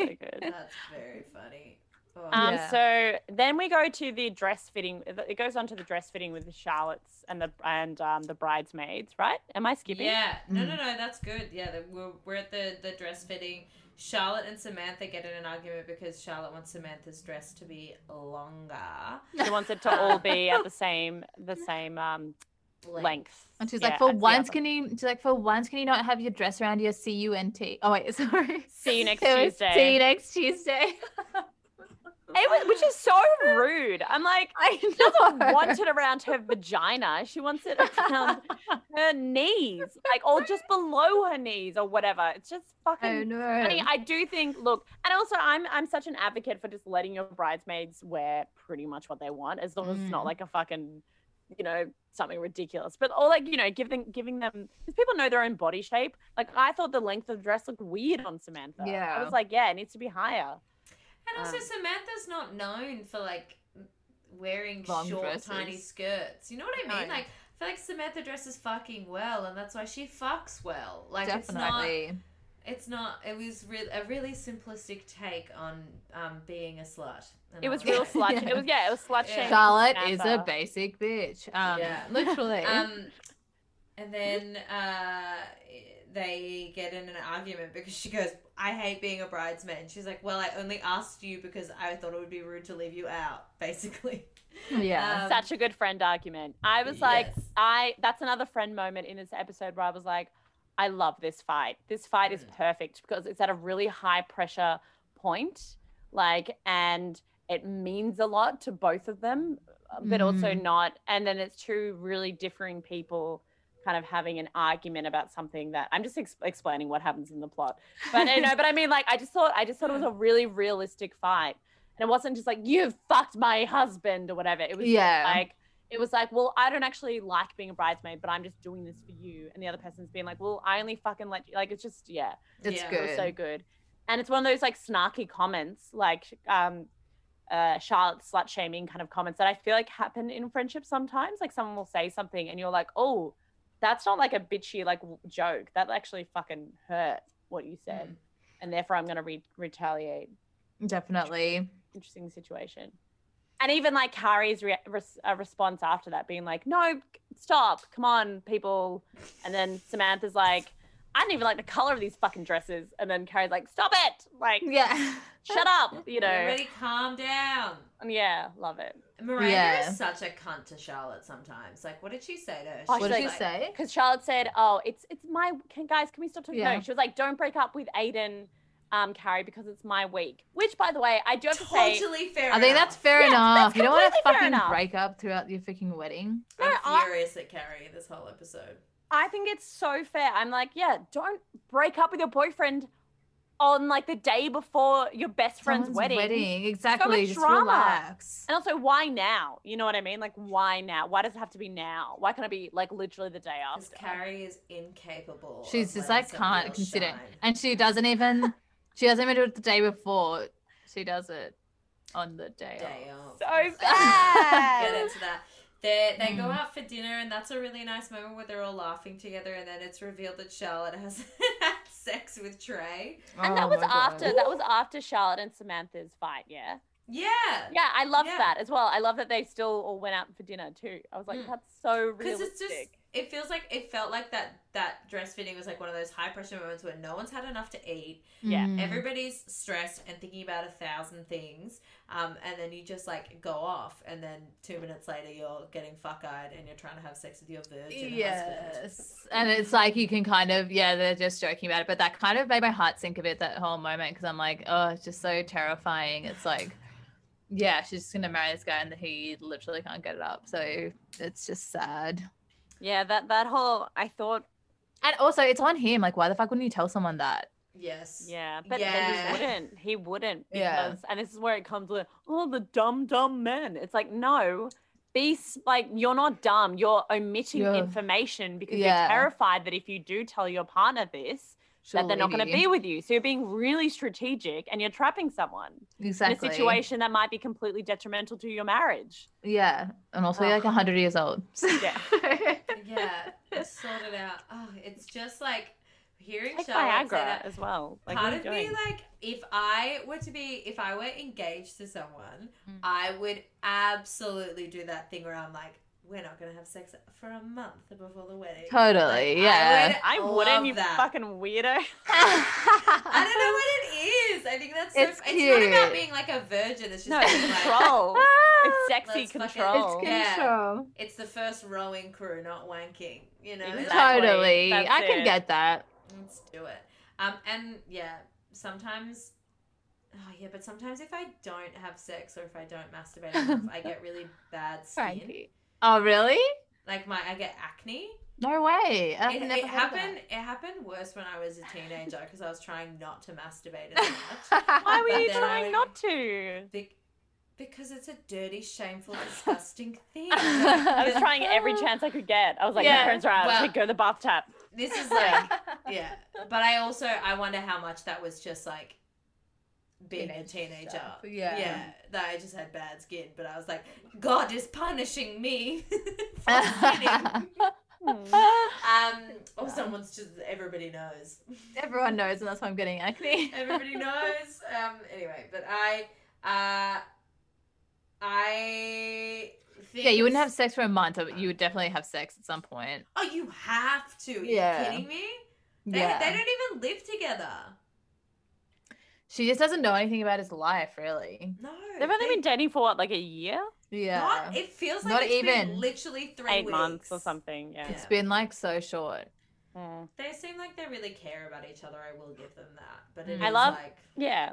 A: so good.
B: That's very funny. Oh,
A: Um,
C: Yeah.
A: So then we go to the dress fitting. It goes on to the dress fitting with the Charlottes and the and um, the bridesmaids, right? Am I skipping?
B: Yeah, no,
C: Mm.
B: no, no, that's good. Yeah, the, we're, we're at the, the dress fitting. Charlotte and Samantha get in an argument because Charlotte wants Samantha's dress to be longer.
A: She wants it
B: [LAUGHS]
A: to all be at the same the same um, length.
C: And she's
A: Yeah,
C: like, for
A: as the
C: once,
A: other.
C: can you? She's like, for once, can you not have your dress around your C U N T? Oh wait, [LAUGHS] sorry.
A: See you next
C: It was,
A: Tuesday.
C: See you next Tuesday. [LAUGHS]
A: It was, which is so rude. I'm like,
C: I
A: she doesn't
C: know.
A: want it around her vagina. She wants it around her knees, like or just below her knees or whatever. It's just
C: [LAUGHS] I
A: fucking.
C: know.
A: Funny, I do think. Look, and also, I'm I'm such an advocate for just letting your bridesmaids wear pretty much what they want, as long as it's
C: Mm.
A: not like a fucking, you know, something ridiculous. But or like you know, give them giving them because people know their own body shape. Like I thought the length of the dress looked weird on Samantha. I
C: Yeah.
A: was like, yeah, it needs to be higher.
B: And also,
A: Um,
B: Samantha's not known for like wearing
C: Long
B: short, tiny
C: dresses.
B: skirts. You know what I mean?
A: No.
B: Like, I feel like Samantha dresses fucking well, and that's why she fucks well. Like,
C: Definitely.
B: it's not. It's not. It was re- a really simplistic take on um, being a slut. And
A: It
B: I
A: was
B: love
A: real
B: it.
A: slut. It was [LAUGHS] yeah, it was slut
B: Yeah.
A: shame.
C: Charlotte is a
A: Samantha.
C: basic bitch.
A: [LAUGHS]
C: Um,
B: Yeah. [LAUGHS]
C: literally.
B: Um, and then uh, they get in an argument because she goes, "I hate being a bridesmaid." And she's like, "Well, I only asked you because I thought it would be rude to leave you out." Basically, [LAUGHS]
C: yeah.
B: um,
A: such a good friend argument. I was like,
B: Yes.
A: I that's another friend moment in this episode where I was like, I love this fight. This fight is perfect because it's at a really high pressure point, like, and it means a lot to both of them, but also
C: Mhm.
A: not. And then it's two really differing people kind of having an argument about something that I'm just ex- explaining what happens in the plot. [LAUGHS] But
C: [LAUGHS]
A: you know, but I mean, like, I just thought, I just thought it was a really realistic fight. And it wasn't just like you fucked my husband or whatever. It was just
C: Yeah.
A: like it was like, well, I don't actually like being a bridesmaid, but I'm just doing this for you. And the other person's being like, well, I only fucking let you. Like it's just yeah,
C: it's
B: yeah,
A: it
C: good.
A: was so good. And it's one of those like snarky comments, like um, uh, Charlotte slut shaming kind of comments that I feel like happen in friendship sometimes. Like someone will say something, and you're like, oh, that's not like a bitchy like w- joke. That actually fucking hurt what you said, and therefore I'm gonna re- retaliate
C: Definitely.
A: interesting situation. And even like Carrie's re- res- uh, response after that being like, no, stop, come on, people. And then Samantha's like, I don't even like the color of these fucking dresses. And then Carrie's like, stop it. Like, [LAUGHS]
C: Yeah.
A: shut up, you know.
B: Everybody calm down.
A: And yeah, love it.
B: Miranda
C: Yeah.
B: is such a cunt to Charlotte sometimes. Like, what did she say to her?
A: Oh, she's
C: what did
A: like-
C: you
B: She's
C: say?
A: Because Charlotte said, oh, it's it's my, can, guys, can we stop talking?
C: Yeah.
A: No, she was like, don't break up with Aiden, um, Carrie, because it's my week. Which, by the way, I do have to say,
B: Totally fair.
C: I think
B: enough.
C: that's fair
A: Yeah,
C: enough.
A: that's
C: you don't want to
A: completely fair
C: fucking
A: enough.
C: break up throughout your freaking wedding.
A: No,
B: I'm
A: I-
B: furious at Carrie this whole episode.
A: I think it's so fair. I'm like, yeah, don't break up with your boyfriend on like the day before your best friend's
C: Someone's
A: wedding.
C: Exactly.
A: much
C: Just
A: drama.
C: relax.
A: And also, why now? You know what I mean? Like, why now? Why does it have to be now? Why can't it be like literally the day
B: Because
A: after?
B: Carrie is incapable. of
C: She's just
B: letting
C: like
B: somebody
C: can't
B: else
C: consider, it.
B: shine.
C: and she doesn't even. she doesn't even do it the day before. She does it on the day.
B: Day
C: of.
B: off.
A: [LAUGHS] so
B: [LAUGHS] get
A: bad.
B: into that. They, they go
C: Mm.
B: out for dinner, and that's a really nice moment where they're all laughing together, and then it's revealed that Charlotte has [LAUGHS] had sex with Trey.
A: and that
C: Oh
A: was
C: my God.
A: after that was after Charlotte and Samantha's fight. Yeah,
B: Yeah.
A: yeah, I loved
B: Yeah.
A: that as well. I love that they still all went out for dinner too. I was like,
B: Mm.
A: that's so
B: Because
A: realistic.
B: it's just, it feels like, it felt like that, that dress fitting was like one of those high pressure moments where no one's had enough to eat.
A: Yeah,
C: Mm.
B: Everybody's stressed and thinking about a thousand things. Um, and then you just like go off, and then two minutes later, you're getting fuck eyed and you're trying to have sex with your virgin husband.
C: Yes. And it's like you can kind of, yeah, they're just joking about it, but that kind of made my heart sink a bit that whole moment because I'm like, oh, it's just so terrifying. It's like, yeah, she's just going to marry this guy and he literally can't get it up. So it's just sad.
A: yeah, that that whole I thought,
C: And also, it's on him. Like, why the fuck wouldn't you tell someone that?
B: Yes.
A: yeah, but
B: Yeah.
C: [LAUGHS]
A: he wouldn't. He wouldn't because,
C: Yeah.
A: and this is where it comes with oh the dumb dumb men. It's like no. Be s- like you're not dumb. You're omitting
C: You're-
A: information because
C: Yeah.
A: you're terrified that if you do tell your partner this, that they're not going to be with you. So you're being really strategic and you're trapping someone
C: exactly
A: in a situation that might be completely detrimental to your marriage.
C: Yeah, and also you're like
A: Ugh.
C: hundred years old.
A: Yeah.
B: yeah, sort it out. Oh, it's just like hearing
A: Take
B: Charlotte say
A: Viagra
B: that,
A: as well. Like,
B: part
A: what
B: of
A: are you
B: me
A: doing?
B: like if I were to be if I were engaged to someone,
A: Hmm.
C: Mm.
B: I would absolutely do that thing where I'm like, we're not gonna have sex for a month before the wedding.
C: [LAUGHS] Totally,
B: Like,
C: yeah. [LAUGHS]
A: I
B: love
A: wouldn't, you
B: that.
A: fucking weirdo.
B: I don't know what it is. I think that's so,
C: It's
B: it's, not about
C: cute.
B: being like a virgin. It's just
A: No,
B: being
A: it's
B: like
A: control.
B: [LAUGHS]
A: it's
C: Ah,
A: sexy
B: Let's fucking-
A: control.
C: it's
B: Yeah.
C: control.
B: it's the first rowing crew, not wanking. You know,
A: Exactly.
B: Like,
C: Totally.
A: That's
C: I can
A: it.
C: get that.
B: let's do it. Um, and yeah, sometimes. Oh yeah, but sometimes if I don't have sex or if I don't masturbate enough, I get really
A: [LAUGHS]
B: bad skin.
C: Frankie. Oh, really?
B: Like my, I get acne.
C: No way. I've
B: It,
C: never
B: it
C: heard of
B: happened. It happened worse when I was a teenager because I was trying not to masturbate as
C: [LAUGHS]
B: much.
C: that.
A: Why were you
B: Then I
A: trying
B: would-
A: not to?
B: Be- because it's a dirty,
C: [LAUGHS]
B: shameful, disgusting thing. Like,
A: I was trying every chance I could get. I was like,
C: Yeah.
A: my parents are out. I was
B: Well-
A: like, go to the bathtub.
B: this is like
C: [LAUGHS]
B: yeah but i also i wonder how much that was just like being a
C: Teenage
B: teenager
C: stuff, yeah.
B: yeah that i just had bad skin but i was like god is punishing me [LAUGHS]
C: [LAUGHS]
B: for sinning. [LAUGHS]
A: Hmm.
B: um or
C: Yeah.
B: someone's just everybody knows
C: [LAUGHS] Everyone knows, and that's why I'm getting acne.
B: [LAUGHS]
C: [LAUGHS]
B: everybody knows um anyway but i uh i think
C: Yeah, you wouldn't have
B: it's-
C: sex for a month, but you would definitely have sex at some point.
B: oh you have to Are you
C: Yeah.
B: kidding me they, they don't even live together
C: She just doesn't know anything about his life, really.
B: No.
A: They've only
B: they-
A: been dating for what, like a year?
C: Yeah.
B: Not, it feels like
C: Not
B: it's been
C: even.
B: literally three
A: Eight
B: weeks.
A: months or something. Yeah.
C: It's been like so short.
A: Hmm.
B: They seem like they really care about each other. I will give them that. But
C: Mm.
B: it's
C: I
A: love-
B: like
A: Yeah.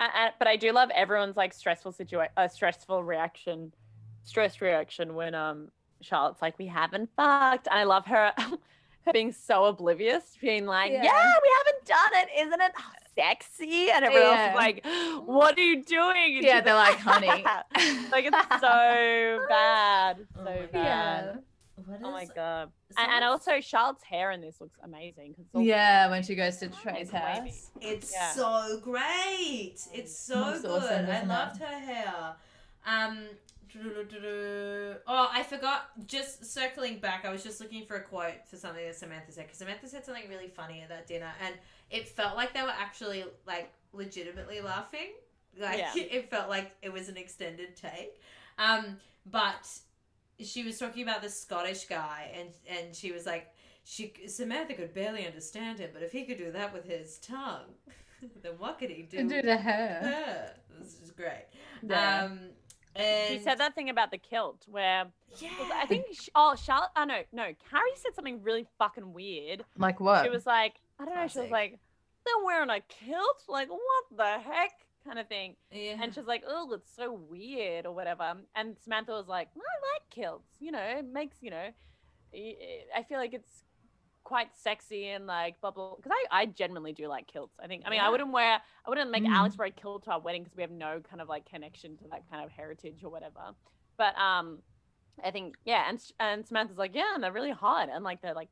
A: Uh, uh, but I do love everyone's like stressful situation, uh, stressful reaction, stress reaction when um Charlotte's like, we haven't fucked, and I love her, [LAUGHS] her being so oblivious, being like,
C: Yeah.
A: yeah. we haven't done it, isn't it oh, sexy? And everyone else
C: Yeah.
A: is like, what are you doing? And
C: Yeah,
A: she's
C: they're like, "Honey."
A: [LAUGHS] like it's so bad, so
B: Oh my
A: bad.
B: God.
C: yeah.
B: what is
A: Oh my god! And,
B: someone's-
A: and also, Charlotte's hair in this looks amazing because
C: Yeah, when she goes to Trey's
A: Wavy.
C: house.
B: It's
A: Yeah. Mm.
B: so great. It's so
C: Looks
B: good.
C: awesome,
B: I
C: doesn't
B: loved her hair. Um Oh, I forgot. Just circling back, I was just looking for a quote for something that Samantha said because Samantha said something really funny at that dinner, and it felt like they were actually like legitimately laughing. Like
A: Yeah.
B: [LAUGHS] it felt like it was an extended take. Um, but she was talking about the Scottish guy, and and she was like, she Samantha could barely understand him, but if he could do that with his tongue, [LAUGHS] then what could he do?
C: And do
B: with
C: to her.
B: her? This is great.
C: Yeah.
B: Um, and
A: she said that thing about the kilt where
B: Yeah,
A: Well, I think sh oh Charlotte I no no Carrie said something really fucking weird.
C: Like what?
A: She was like I don't know she
B: Classic.
A: was like they're wearing a kilt like what the heck kind of thing
B: yeah.
A: and she's like oh it's so weird or whatever and Samantha was like I like kilts you know it makes you know i- I feel like it's quite sexy and like bubble because I I genuinely do like kilts I think I mean
B: Yeah.
A: I wouldn't wear I wouldn't make
C: Mm.
A: Alex wear a kilt to our wedding because we have no kind of like connection to that kind of heritage or whatever but um I think yeah, and and Samantha's like yeah, and they're really hot, and like they're like,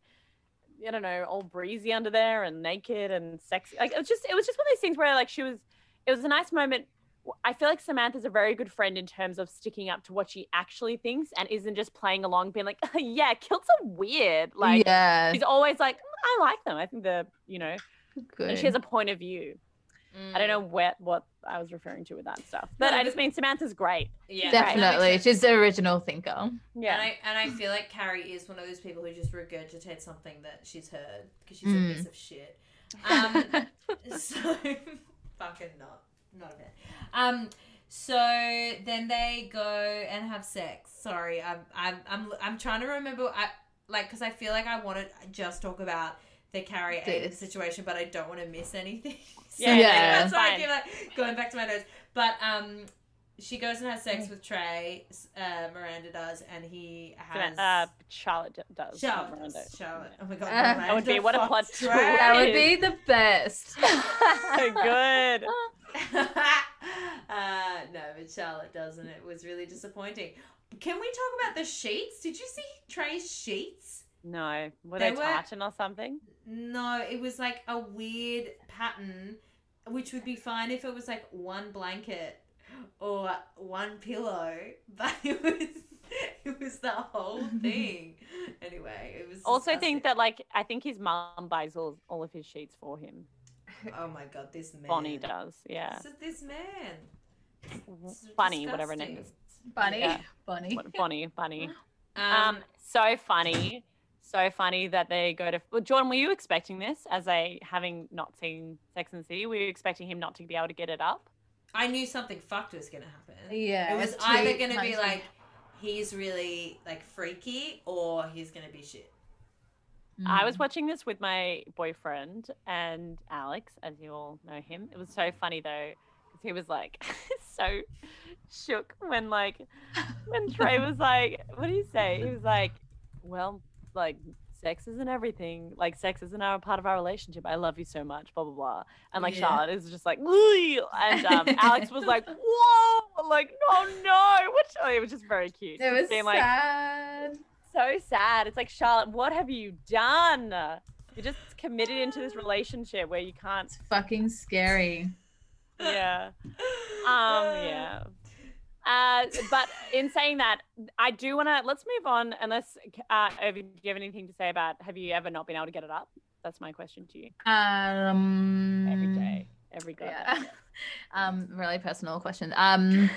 A: I don't know, all breezy under there and naked and sexy. Like it was just it was just one of those things where like she was, it was a nice moment. I feel like Samantha's a very good friend in terms of sticking up to what she actually thinks and isn't just playing along, being like [LAUGHS] yeah, kilts are weird. Like
C: yeah.
A: she's always like "Mm, I like them. I think they're you know, and
C: Good.
A: she has a point of view.
B: Mm.
A: I don't know where, what I was referring to with that stuff, but
B: No,
A: I
B: but-
A: just mean Samantha's great.
B: Yeah, that makes
C: Definitely.
B: sense.
C: She's the original thinker.
A: Yeah.
B: And I and I feel like Carrie is one of those people who just regurgitates something that she's heard because she's
C: Mm.
B: a piece of shit. Um,
C: [LAUGHS]
B: so [LAUGHS] fucking not, not a bit. Um, so then they go and have sex. Sorry, I'm I'm I'm, I'm trying to remember. I like because I feel like I want to just talk about the Carrie Aiden
C: This.
B: situation, but I don't want to miss anything. [LAUGHS] so
A: Yeah,
C: Yeah.
B: that's why I
A: fine.
B: keep like going back to my notes. But um, she goes and has
C: Mm.
B: sex with Trey. s- Uh, Miranda does, and he has.
A: Saman- uh, Charlotte d- does. not
B: Charlotte,
A: Miranda.
B: does,
A: [LAUGHS]
B: Charlotte. Oh my god,
C: That
B: Miranda
A: would be- what a
B: fucked
A: plot
B: [LAUGHS]
A: twist.
B: Trey.
C: That would be the best.
A: So [LAUGHS] good.
B: uh, no, but Charlotte doesn't. It was really disappointing. Can we talk about the sheets? Did you see Trey's sheets?
A: No, were
B: They
A: they,
B: were-
A: tartan or something?
B: No, it was like a weird pattern, which would be fine if it was like one blanket. or one pillow, [LAUGHS] but it was it was
A: [LAUGHS]
B: the whole thing. Anyway, it was
A: Also, think
B: disgusting.
A: that like I think his mum buys all all of his sheets for him.
B: oh my god, this man
A: Bonnie does. Yeah.
B: So this man, It's
A: Bunny, whatever her name
B: disgusting.
C: Bunny.
A: Yeah.
B: [LAUGHS]
C: Bunny.
A: What- Bonnie, Bunny.
B: Um,
A: Um, so funny, so funny that they go to. Well, John, were you expecting this? As a having not seen Sex and the City, were you expecting him not to be able to get it up?
B: I knew something fucked was gonna happen.
C: Yeah.
B: it was
C: too
B: either gonna be
C: punchy.
B: like he's really like freaky or he's gonna be shit.
A: I
C: Mm.
A: was watching this with my boyfriend and Alex, as you all know him. It was so funny though, because he was like [LAUGHS] so shook when like when Trey was like, "What do you say?" He was like, "Well, like." Sex isn't everything. Like sex isn't our part of our relationship. I love you so much. Blah blah blah. And like
B: Yeah.
A: Charlotte is just like, "Ugh," and um, Alex was
C: [LAUGHS]
A: like, "Whoa!" Like, "Oh no!" Which it was just very cute.
C: It was
A: being like,
C: sad.
A: so sad. It's like Charlotte, what have you done? You're just committed into this relationship where you can't.
C: It's fucking scary.
A: Yeah. Um.
B: [LAUGHS]
A: Yeah. Uh. But in saying that, I do want to. Let's move on. Unless, uh, Irving, do you have anything to say about? Have you ever not been able to get it up? That's my question to you.
C: Um,
A: Every day, every day.
C: Yeah. [LAUGHS] um, really personal question.
A: [LAUGHS]
C: Um,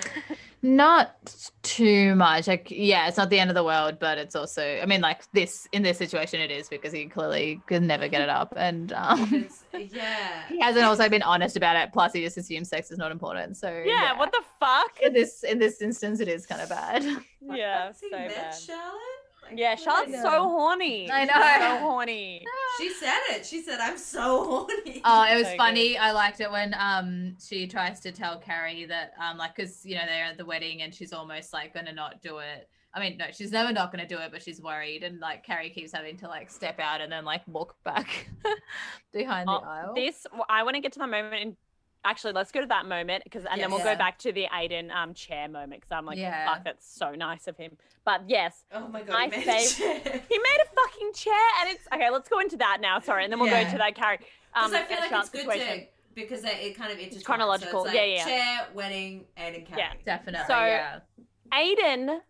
C: not too much. Like, yeah, it's not the end of the world, but it's also, I mean, like this in this situation, it is because he clearly could never get it up, and [LAUGHS] um,
A: [LAUGHS]
B: It's- yeah.
C: he hasn't also been honest about it. Plus, he just assumes sex is not important. So
A: Yeah. What the fuck?
C: in this in this instance, it is kind of bad. [LAUGHS]
A: Yeah.
B: Has he
A: So
B: met
A: bad.
B: Charlotte? Like,
A: Yeah.
B: what?
A: Charlotte's
C: Yeah.
A: so horny.
C: I
A: She's
C: know.
A: So horny.
B: She said it. She said, "I'm so horny."
C: Oh, it was
A: So good.
C: funny. I liked it when um she tries to tell Carrie that um like because you know they're at the wedding and she's almost like gonna not do it. I mean, no, she's never not gonna do it, but she's worried and like Carrie keeps having to like step out and then like walk back [LAUGHS] behind
A: Oh,
C: the aisle.
A: this well, i want to get to the moment in actually let's go to that moment because and then
B: Yes.
A: we'll go
C: Yeah.
A: back to the aiden um chair moment because i'm like
C: Yeah.
A: fuck that's so nice of him but yes
B: [LAUGHS] Oh my god.
A: My
B: man. [LAUGHS]
A: he made a fucking chair and it's okay let's go into that now sorry and then we'll
B: Yeah.
A: go to that carry
B: Because I feel like
A: um, Charlotte's
B: it's good to because it, it kind of intertwines. So it's
A: chronological,
B: like
A: yeah, yeah.
B: Chair, wedding, Ed and Carrie.
A: Yeah.
C: Definitely.
A: So-
C: yeah.
A: aiden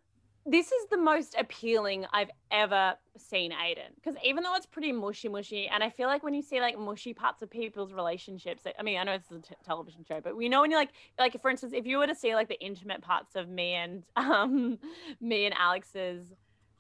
A: this is the most appealing i've ever seen aiden because even though it's pretty mushy mushy and i feel like when you see like mushy parts of people's relationships i mean i know it's a t- television show but we know when you're like like for instance, if you were to see like the intimate parts of me and [LAUGHS] um me and Alex's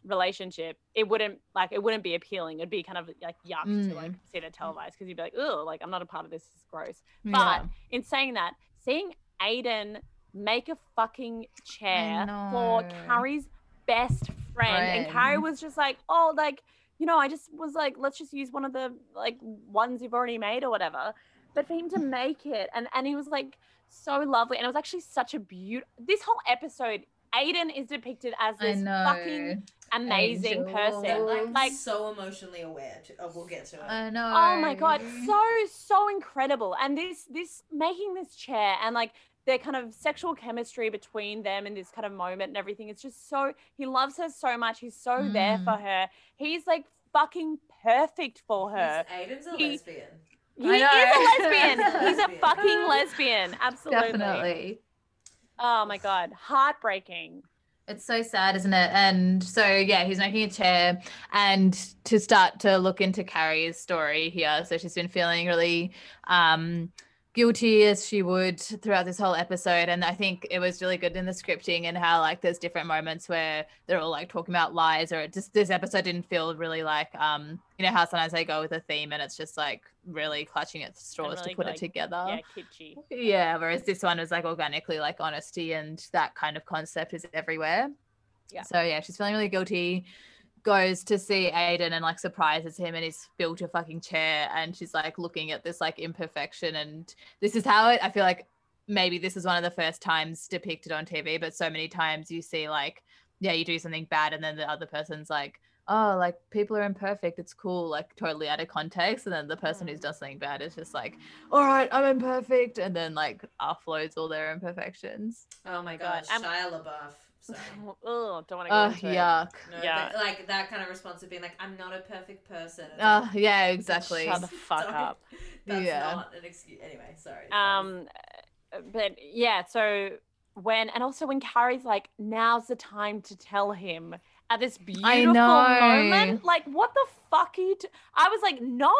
A: relationship, it wouldn't like it wouldn't be appealing. It'd be kind of like yuck to like see it televised because you'd be like, oh, like I'm not a part of this. It's gross.
C: yeah.
A: In saying that, seeing Aiden make a fucking chair
C: know.
A: for Carrie's best friend, and Carrie
C: Friend.
A: was just like, oh, like you know, I just was like, let's just use one of the like ones you've already made or whatever. But for him
C: [LAUGHS]
A: to make it, and and he was like so lovely, and it was actually such a beautiful. This whole episode, Aiden is depicted as
C: I
A: this
C: know.
A: fucking amazing
C: Angel.
B: They're
A: person.
B: like,
A: Like-
B: so emotionally aware. To, oh, we'll get to it.
C: I know.
A: Oh my god, so so incredible! And this this making this chair and like their kind of sexual chemistry between them and this kind of moment and everything. It's just so he loves her so much. He's so there
C: Mm.
A: for her. He's like fucking perfect for her.
B: He's- Aiden's a
A: He-
B: lesbian.
A: He
C: I
A: is a
C: know. [LAUGHS]
A: lesbian. He's a
B: Lesbian.
A: fucking lesbian. Absolutely.
C: Definitely.
A: Oh my god, heartbreaking.
C: It's so sad, isn't it? And so yeah, he's making a chair and to start to look into Carrie's story here. So she's been feeling really um guilty as she would throughout this whole episode. And I think it was really good in the scripting and how like there's different moments where they're all like talking about lies or it just this episode didn't feel really like um you know how sometimes they go with a theme and it's just like really clutching at straws
A: really,
C: to put
A: like,
C: it together.
A: yeah,
C: [LAUGHS]
A: kitschy.
C: Yeah, whereas this one was like organically like honesty and that kind of concept is everywhere.
A: Yeah.
C: So yeah, she's feeling really guilty. Goes to see Aiden and like surprises him and he's built a fucking chair and she's like looking at this like imperfection and this is how it I feel like maybe this is one of the first times depicted on TV, but so many times you see like, yeah, you do something bad and then the other person's like, Oh, like people are imperfect, it's cool, like totally out of context. And then the person who's done something bad is just like, all right, I'm imperfect, and then like offloads all their imperfections.
B: Oh my
A: God, I'm-
B: gosh, Shia LaBeouf.
A: [LAUGHS]
B: Sorry.
A: Oh, don't want to go
C: Oh
A: into it.
C: yuck.
B: No,
A: Yeah.
B: but, like that kind of response of being like, "I'm not a perfect person." It's
C: Oh
A: Uh,
B: like,
C: yeah, exactly.
A: Shut the fuck
B: Sorry.
A: up.
B: That's
C: Yeah.
B: not an excuse. Anyway, sorry.
A: Um, but Um, yeah, so when, and also when Carrie's like, now's the time to tell him at this
C: I
A: beautiful
C: know.
A: moment. Like, what the fuck are you? T-? I was like, no,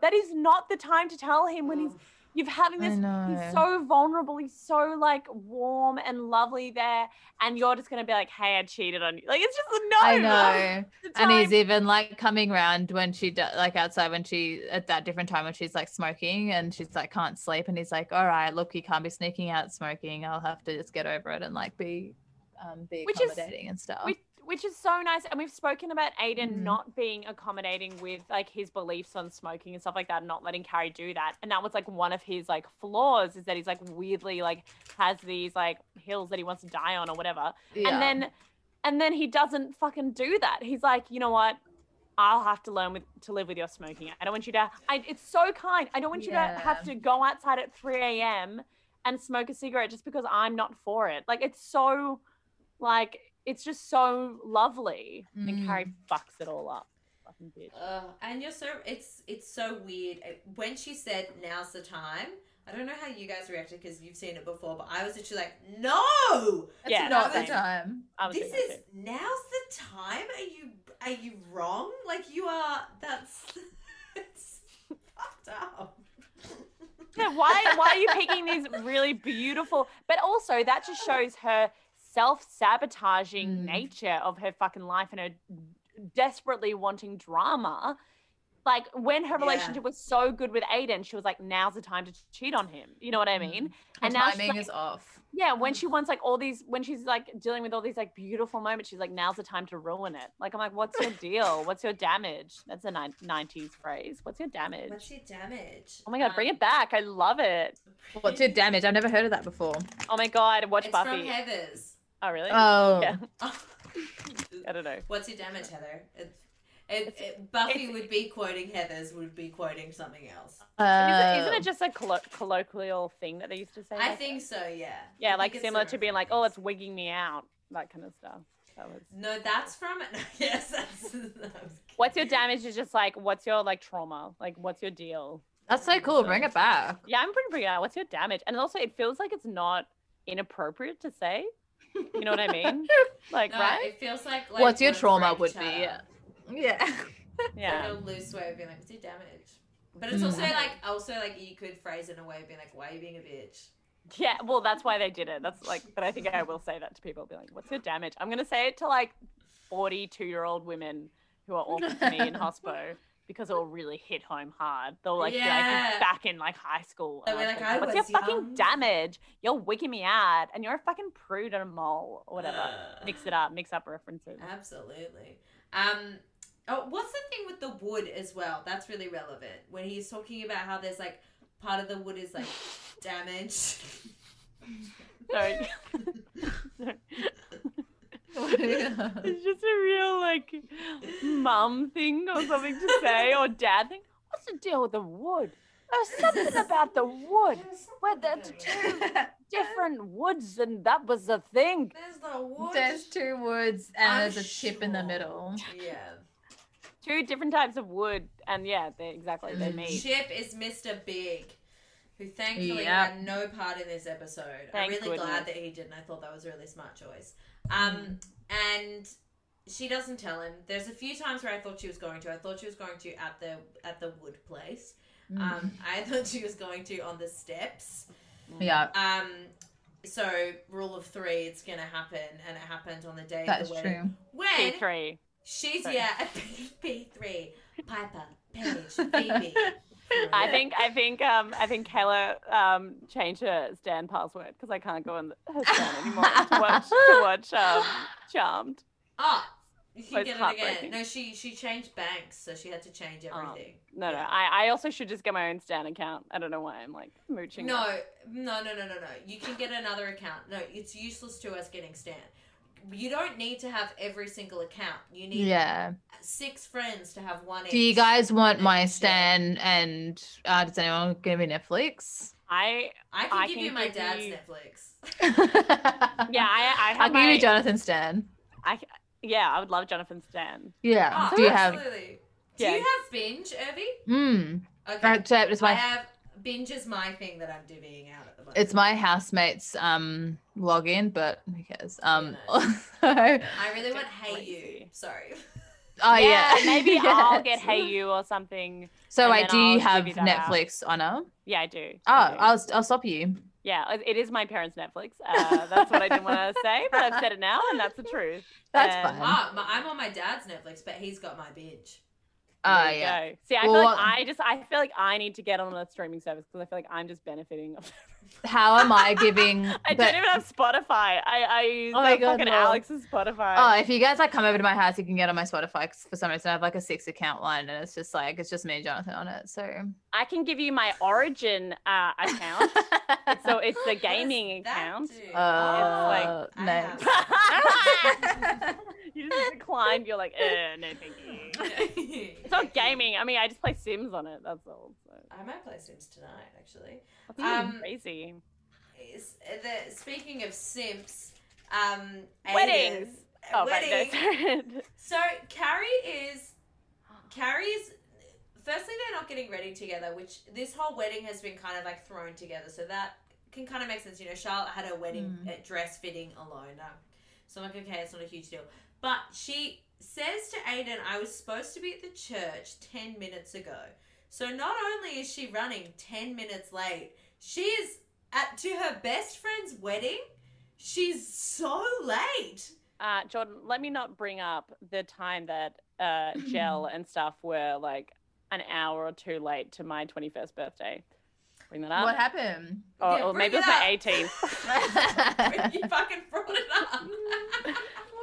A: that is not the time to tell him
C: [GASPS]
A: when he's you've having
C: I
A: this.
C: know.
A: He's so vulnerable. He's so like warm and lovely there, and you're just gonna be like, "Hey, I cheated on you." Like it's just no.
C: I know.
A: The
C: And he's
A: time-
C: even like coming round when she do, like outside when she at that different time when she's like smoking and she's like can't sleep and he's like all right look you can't be sneaking out smoking I'll have to just get over it and like be um be
A: Which is-
C: accommodating and stuff.
A: which, which is so nice. And we've spoken about Aiden
C: Mhm.
A: not being accommodating with like his beliefs on smoking and stuff like that, and not letting Carrie do that. And that was like one of his like flaws is that he's like weirdly like has these like hills that he wants to die on or whatever.
C: Yeah.
A: And then and then he doesn't fucking do that. He's like, you know what? I'll have to learn with, to live with your smoking. I don't want you to. I, it's so kind. I don't want you
C: Yeah.
A: to have to go outside at 3 a.m. and smoke a cigarette just because I'm not for it. Like it's so, like it's just so lovely.
C: Mm.
A: And Carrie fucks it all up. Fucking bitch.
B: Ugh, and you're so it's it's so weird It- when she said now's the time. I don't know how you guys reacted because you've seen it before, but I was literally like, no,
C: That's
A: Yeah,
C: not the
B: same.
C: time.
A: I was
B: this
A: thinking
B: is
A: that too.
B: now's the time. Are you are you wrong? Like you are. That's [LAUGHS] it's fucked up.
A: Yeah, why why are you picking these really beautiful but also that just shows her self-sabotaging
C: Mm.
A: nature of her fucking life and her desperately wanting drama. Like when her
B: Yeah.
A: relationship was so good with Aiden, she was like, now's the time to cheat on him. You know what
B: Mm.
A: I mean?
C: Mm. The
A: And now she's
C: timing
A: like-
C: is off.
A: Yeah, when she wants like all these when she's like dealing with all these like beautiful moments, she's like, now's the time to ruin it. Like I'm like, what's
B: [LAUGHS]
A: your deal? What's your damage? That's a nine- 90s phrase. What's your damage?
B: What's your damage? Um,
A: Oh my god, bring it back. I love it.
C: What's your damage? I've never heard of that before.
A: Oh my god, watch
B: It's
A: Buffy.
B: from Heather's.
A: Oh really?
C: Oh,
A: Yeah. I [LAUGHS]
B: Oh.
A: don't know.
B: What's your damage, Heather? It, it, it, Buffy
A: it's-
B: would be quoting Heather's, would be quoting something else.
A: Isn't, isn't
C: Oh.
A: it just a collo- colloquial thing that they used to say?
B: I
A: like
B: think
A: that?
B: so, yeah. I
A: Yeah,
B: think
A: like
B: it's
A: similar
B: a
A: to being like, oh, it's
B: reference.
A: wigging me out, that kind of stuff. That was.
B: No, that's from. [LAUGHS] yes, that's. [LAUGHS] that was-
A: What's your damage is just like, what's your like trauma? Like, what's your deal?
C: that's so cool. Bring it back.
A: Yeah, I'm pretty pretty good. at What's your damage? And also, it feels like it's not inappropriate to say. You know what I
B: [LAUGHS]
A: mean? Like,
B: No,
A: right?
B: It feels like. like
C: What's your
B: one
C: trauma
B: break
C: would be,
B: child.
C: yeah. Yeah. [LAUGHS]
A: Yeah.
B: In a loose way of being like, what's your damage? But it's
C: Mm.
B: also like, also like you could phrase it in a way of being like, why are you being a bitch?
A: Yeah. Well, that's why they did it. That's like, but I think I will say that to people. Be like, what's your damage? I'm gonna say it to like 42 year old women who are awful to
B: [LAUGHS]
A: me in hospo because it'll really hit home hard. They'll like, be
B: Yeah.
A: like back in like high school.
B: They'll
A: and
B: be
A: I'll be
B: like,
A: what's
B: "I was
A: your fucking
B: young."
A: damage? You're wicking me out, and you're a fucking prude and a mole or whatever.
B: Ugh.
A: mix it up. Mix up references.
B: Absolutely. Um, oh, what's the thing with the wood as well? That's really relevant. When he's talking about how there's like part of the wood is like damaged. [LAUGHS]
A: Sorry.
B: [LAUGHS]
A: It's just a real like mum thing or something to say or dad thing. What's the deal with the wood? There's something about the wood. Where the two different woods and that was the thing.
B: [LAUGHS] There's the wood.
C: There's two woods and
B: I'm
C: there's a chip in the
B: sure.
C: middle.
B: Yeah.
A: Two different types of wood and yeah, they exactly they
C: Mm.
A: meet.
B: Chip is Mr. Big, who thankfully
C: Yeah.
B: had no part in this episode. I'm
A: Thank
B: really glad
A: goodness.
B: that he didn't. I thought that was a really smart choice. Um, and she doesn't tell him. There's a few times where I thought she was going to. I thought she was going to at the at the wood place.
C: Mm.
B: Um, I [LAUGHS] thought she was going to on the steps.
C: yeah,
B: Um, so rule of three, it's gonna happen, and it happened on the day of
C: that's
B: the wedding.
C: true.
A: Two,
B: When
A: three.
B: she's
A: Sorry.
B: yeah, P three, Piper, Paige,
C: [LAUGHS]
B: Phoebe.
A: I think I think um I think Kayla um changed her Stan password because I can't go on the, her Stan anymore to watch
C: [LAUGHS]
A: to watch um Charmed.
B: Oh, you
A: Well,
B: can
A: it's
B: get it again.
A: heartbreaking.
B: No, she she changed banks, so she had to change
A: Oh,
B: everything.
A: No, no. I, I also should just get my own Stan account. I don't know why I'm like mooching.
B: No,
A: off.
B: no, no, no, no, no. You can get another account. No, it's useless to us getting Stan. You don't need to have every single account. You need
C: Yeah.
B: six friends to have one.
C: Do you
B: each.
C: guys want
B: and
C: my
B: share.
C: Stan and uh, does anyone give me Netflix?
A: I
B: I can
A: I
B: give
A: can
B: you my
A: give
B: dad's
A: you-
B: Netflix.
A: [LAUGHS] yeah,
C: yeah,
A: I I
C: I'll
A: have
C: give
A: my,
C: you Jonathan Stan.
A: yeah, I would love Jonathan Stan.
C: Yeah.
B: Oh,
C: Do you have?
B: absolutely. Do
A: Yeah.
B: you have binge, Irby?
C: Mm,
B: Okay.
C: except it's
B: I
C: my
B: have Binge is my thing that I'm divvying out at the moment.
C: It's my housemate's um login, but who cares? Um, [LAUGHS]
B: Yeah.
C: also-
B: I really want
A: Just
B: Hey You.
A: lazy.
B: Sorry.
C: oh yeah,
A: Maybe I'll get
C: [LAUGHS] Yes.
A: Hey You or something.
C: So
A: and
C: wait,
A: then
C: do you
A: I'll
C: have
A: give you that out.
C: Netflix, Anna?
A: Yeah, I do.
C: Oh,
A: I do.
C: I'll I'll stop you.
A: yeah, uh, it- it is my parents' Netflix. Uh, that's what I didn't
C: [LAUGHS]
A: want to say, but I've said it now, and that's the truth.
C: That's
A: Um,
C: fine.
B: Ah, my, I'm on my dad's Netflix, but he's got my binge.
C: Oh
A: There you
C: yeah.
A: go. See, I
C: Well, uh
A: feel like
C: what-
A: I just I feel like I need to get on a streaming service because I feel like I'm just benefiting.
C: How am I
A: [LAUGHS]
C: giving?
A: I
C: but-
A: don't even have Spotify. I I use
C: Oh my
A: that
C: God,
A: fucking
C: Laura.
A: Alex's Spotify.
C: Oh, if you guys like come over to my house, you can get on my Spotify 'cause for some reason I have like a six account one, and it's just like it's just me and Jonathan on it. So
A: I can give you my Origin uh,
C: [LAUGHS]
A: account. so it's
B: [GASPS]
A: the
B: What does
A: gaming
B: that
A: account.
B: do?
C: Uh,
B: I
C: no.
B: have-
A: [LAUGHS] you just declined. You're like, eh, no, [LAUGHS] thank you. It's
B: [LAUGHS]
A: not gaming. I mean, I just play Sims on it. That's all. So.
B: I might play Sims tonight, actually.
A: That's really
B: Um,
A: crazy.
B: Is- uh, the- speaking of Sims, um, Aiden-
A: Weddings. Oh, right.
B: weddings.
A: No, sorry. [LAUGHS]
B: So Carrie is Carrie's. Firstly, they're not getting ready together, which this whole wedding has been kind of like thrown together. So that can kind of make sense. You know, Charlotte had her wedding uh dress fitting alone. Um, so I'm like, okay, it's not a huge deal. But she says to Aiden, I was supposed to be at the church 10 minutes ago. So not only is she running 10 minutes late, she is at to her best friend's wedding. She's so late.
A: Uh, Jordan, let me not bring up the time that uh, Gel and stuff were like an hour or two late to my 21st birthday. Bring that up.
C: what happened?
A: Or,
B: Yeah,
A: or
B: bring
A: maybe it was
B: it up.
A: my
B: [LAUGHS]
A: 18th.
B: you fucking brought it up.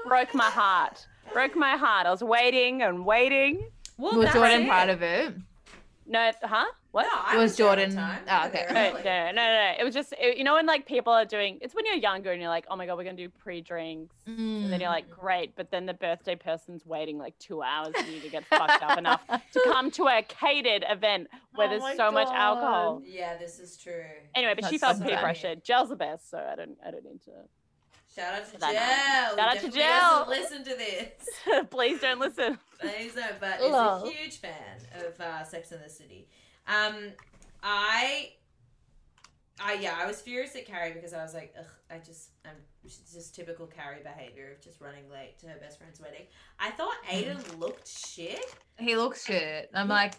A: Broke my heart. Broke my heart. I was waiting and waiting.
B: Well,
C: Was Jordan part of it?
A: No, huh? What?
B: I
C: It was
B: there on
C: Jordan.
B: time.
C: Ah,
B: I was
C: okay.
A: No,
B: there
A: no,
B: early.
A: no, no, no. It was just, it- you know, when like people are doing, it's when you're younger and you're like, oh my God, we're going to do pre drinks. And
C: Mm.
A: then you're like, great. But then the birthday person's waiting like two hours for you to get fucked up enough to come to a catered event where
C: Oh my
A: there's so much
C: God.
A: alcohol.
B: Yeah, this is true.
A: Anyway, but she
C: That's
A: felt
C: so
A: peer
C: sad.
A: pressure. Gel's the best, so I don't, I don't need
B: Shout out to Jill.
A: That night. Shout out to
B: Definitely
A: Jill.
B: doesn't Listen to this.
A: to. [LAUGHS] Please don't listen.
B: Please don't, but is a
C: Lol.
B: huge fan of uh, Sex and the City. Um, I, I yeah, I was furious at Carrie because I was like, Ugh, I just, I'm it's just typical Carrie behavior of just running late to her best friend's wedding. I thought
A: Hmm.
B: Aiden looked shit.
C: [LAUGHS] he looks shit. I'm like,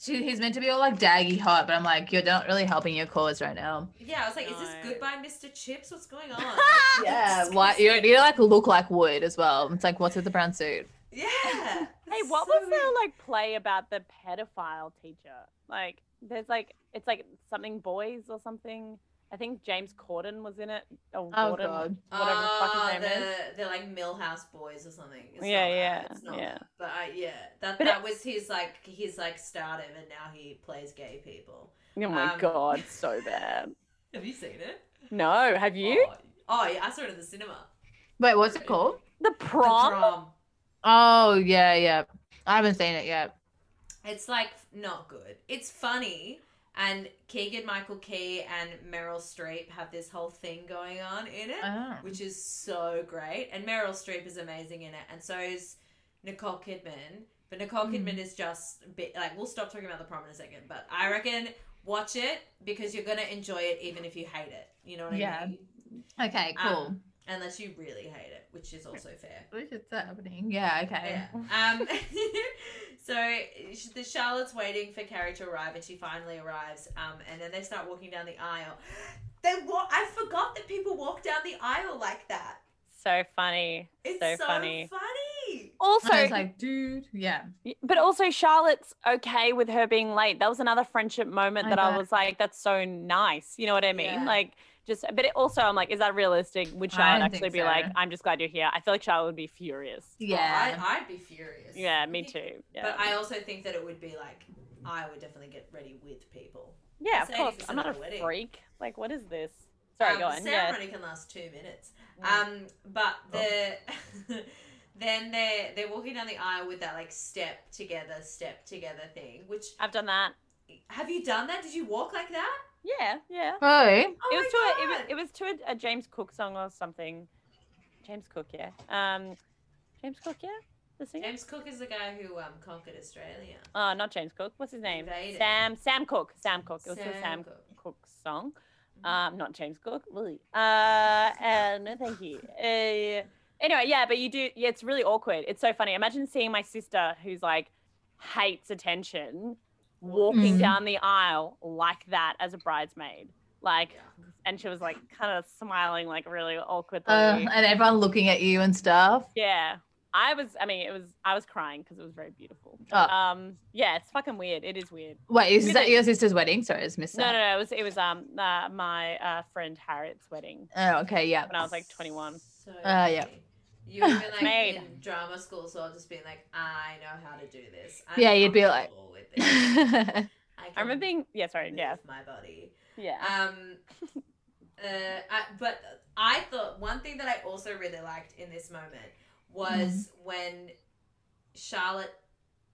C: she, he's meant to be all like daggy hot, but I'm like, you're not really helping your cause right now.
B: Yeah, I was like, is this
A: No.
B: goodbye, Mr. Chips? What's going on?
C: Yeah, why you you like look like wood as well. It's like what's with the brown suit?
B: yeah.
A: Hey, what was their like play about the pedophile teacher? Like, there's like, it's like something boys or something. I think James Corden was in it. Or
C: Oh
A: Gordon,
C: god.
A: whatever the fuck his
B: Ah, the,
A: name is.
B: They're like Millhouse Boys or something. It's not
A: Yeah,
B: that.
A: yeah,
B: It's not
A: yeah.
B: that. But I, yeah, that
A: But
B: that was his like his like stardom, and now he plays gay people.
A: Oh my
B: Um,
A: god, so bad.
B: Have you seen it?
A: No, have you?
B: Oh, oh, yeah, I saw it in the cinema.
C: Wait, what's it called?
A: The
B: [LAUGHS] The
A: prom?
B: prom.
C: Oh yeah, yeah. I haven't seen it yet.
B: It's like not good. It's funny. And Keegan Michael Key and Meryl Streep have this whole thing going on in it.
A: Uh-huh.
C: Oh.
B: which is so great. And Meryl Streep is amazing in it, and so is Nicole Kidman. But Nicole
C: Mhm.
B: Kidman is just bi- like we'll stop talking about the prom in a second. But I reckon watch it because you're gonna enjoy it even if you hate it. You know what I
C: Yeah.
B: mean?
C: Okay, cool.
B: Um, Unless you really hate it, which is also fair.
C: Which is happening. Yeah, okay.
B: Yeah. Um, [LAUGHS] so sh- the Charlotte's waiting for Carrie to arrive, and she finally arrives. Um, and then they start walking down the aisle. [GASPS] They wa- I forgot that people walk down the aisle like that.
A: So funny.
B: It's
A: So
B: so,
A: funny.
B: funny.
A: Also,
C: And I was like, dude, yeah.
A: Y- But also, Charlotte's okay with her being late. That was another friendship moment
C: I
A: that I
C: know.
A: was like, that's so nice. You know what I mean?
B: Yeah.
A: Like, just, but it also, I'm like, is that realistic? Would
C: I
A: Charlotte
C: don't think
A: actually be like,
C: so.
A: I'm just glad you're here? I feel like Charlotte would be furious.
C: Yeah.
B: Oh, I, I'd be furious.
A: Yeah, me too. Yeah,
B: But I also think that it would be like, I would definitely get ready with people.
A: yeah of
B: It's
A: course.
B: 80%
A: I'm not
B: of
A: a
B: the wedding.
A: freak. Like, what is this? Sorry,
B: um,
A: go
B: the
A: on. Yeah. Oh.
B: ceremony can last two minutes. Um, but the [LAUGHS] then they're they're walking down the aisle with that like step together, step together thing. Which
A: I've done that.
B: have you done that? Did you walk like that?
A: Yeah, yeah.
C: Oh.
B: Oh
A: it was to
B: my
A: a, it was,
B: God.
A: it was to a, a James Cook song or something. James Cook, yeah. Um, James Cook, yeah. the singer?
B: James Cook is the guy who um, conquered Australia.
A: Oh, not James Cook. What's his name?
B: Invaded.
A: Sam. Sam Cook. Sam Cook. It was a Sam
B: Cook.
A: Cook song.
B: Mhm.
A: Um, not James Cook. Really. Uh, uh no, thank you. Uh, anyway, yeah, but you do. Yeah, it's really awkward. It's so funny. Imagine seeing my sister, who's like hates attention, walking
C: Mhm.
A: down the aisle like that as a bridesmaid. Like,
B: Yuck.
A: and she was like kind of smiling, like really awkwardly.
C: Uh, and everyone looking at you and stuff.
A: Yeah. I was, I mean, it was, I was crying because it was very beautiful.
C: Oh.
A: Um, yeah, it's fucking weird. It is weird.
C: Wait, is
A: Did
C: that
A: they-
C: your sister's wedding? Sorry, I just missed
A: No, no,
C: that.
A: no, it was, it was, um, uh, my, uh, friend Harriet's wedding
C: Oh,
A: [LAUGHS]
C: okay, yeah.
A: when I was like 21.
B: So
C: Ah, yeah.
B: funny. You've been like
A: Made.
B: in drama school, so I'll just be like, I know how to do this. I'm
C: Yeah, you'd be like-
B: comfortable with this.
C: [LAUGHS] yeah,
B: can
A: I remember being, yeah, sorry.
B: move
A: Yeah.
B: my body.
A: Yeah. [LAUGHS]
B: Um, uh, I, but I thought one thing that I also really liked in this moment was
A: Mm-hmm.
B: when Charlotte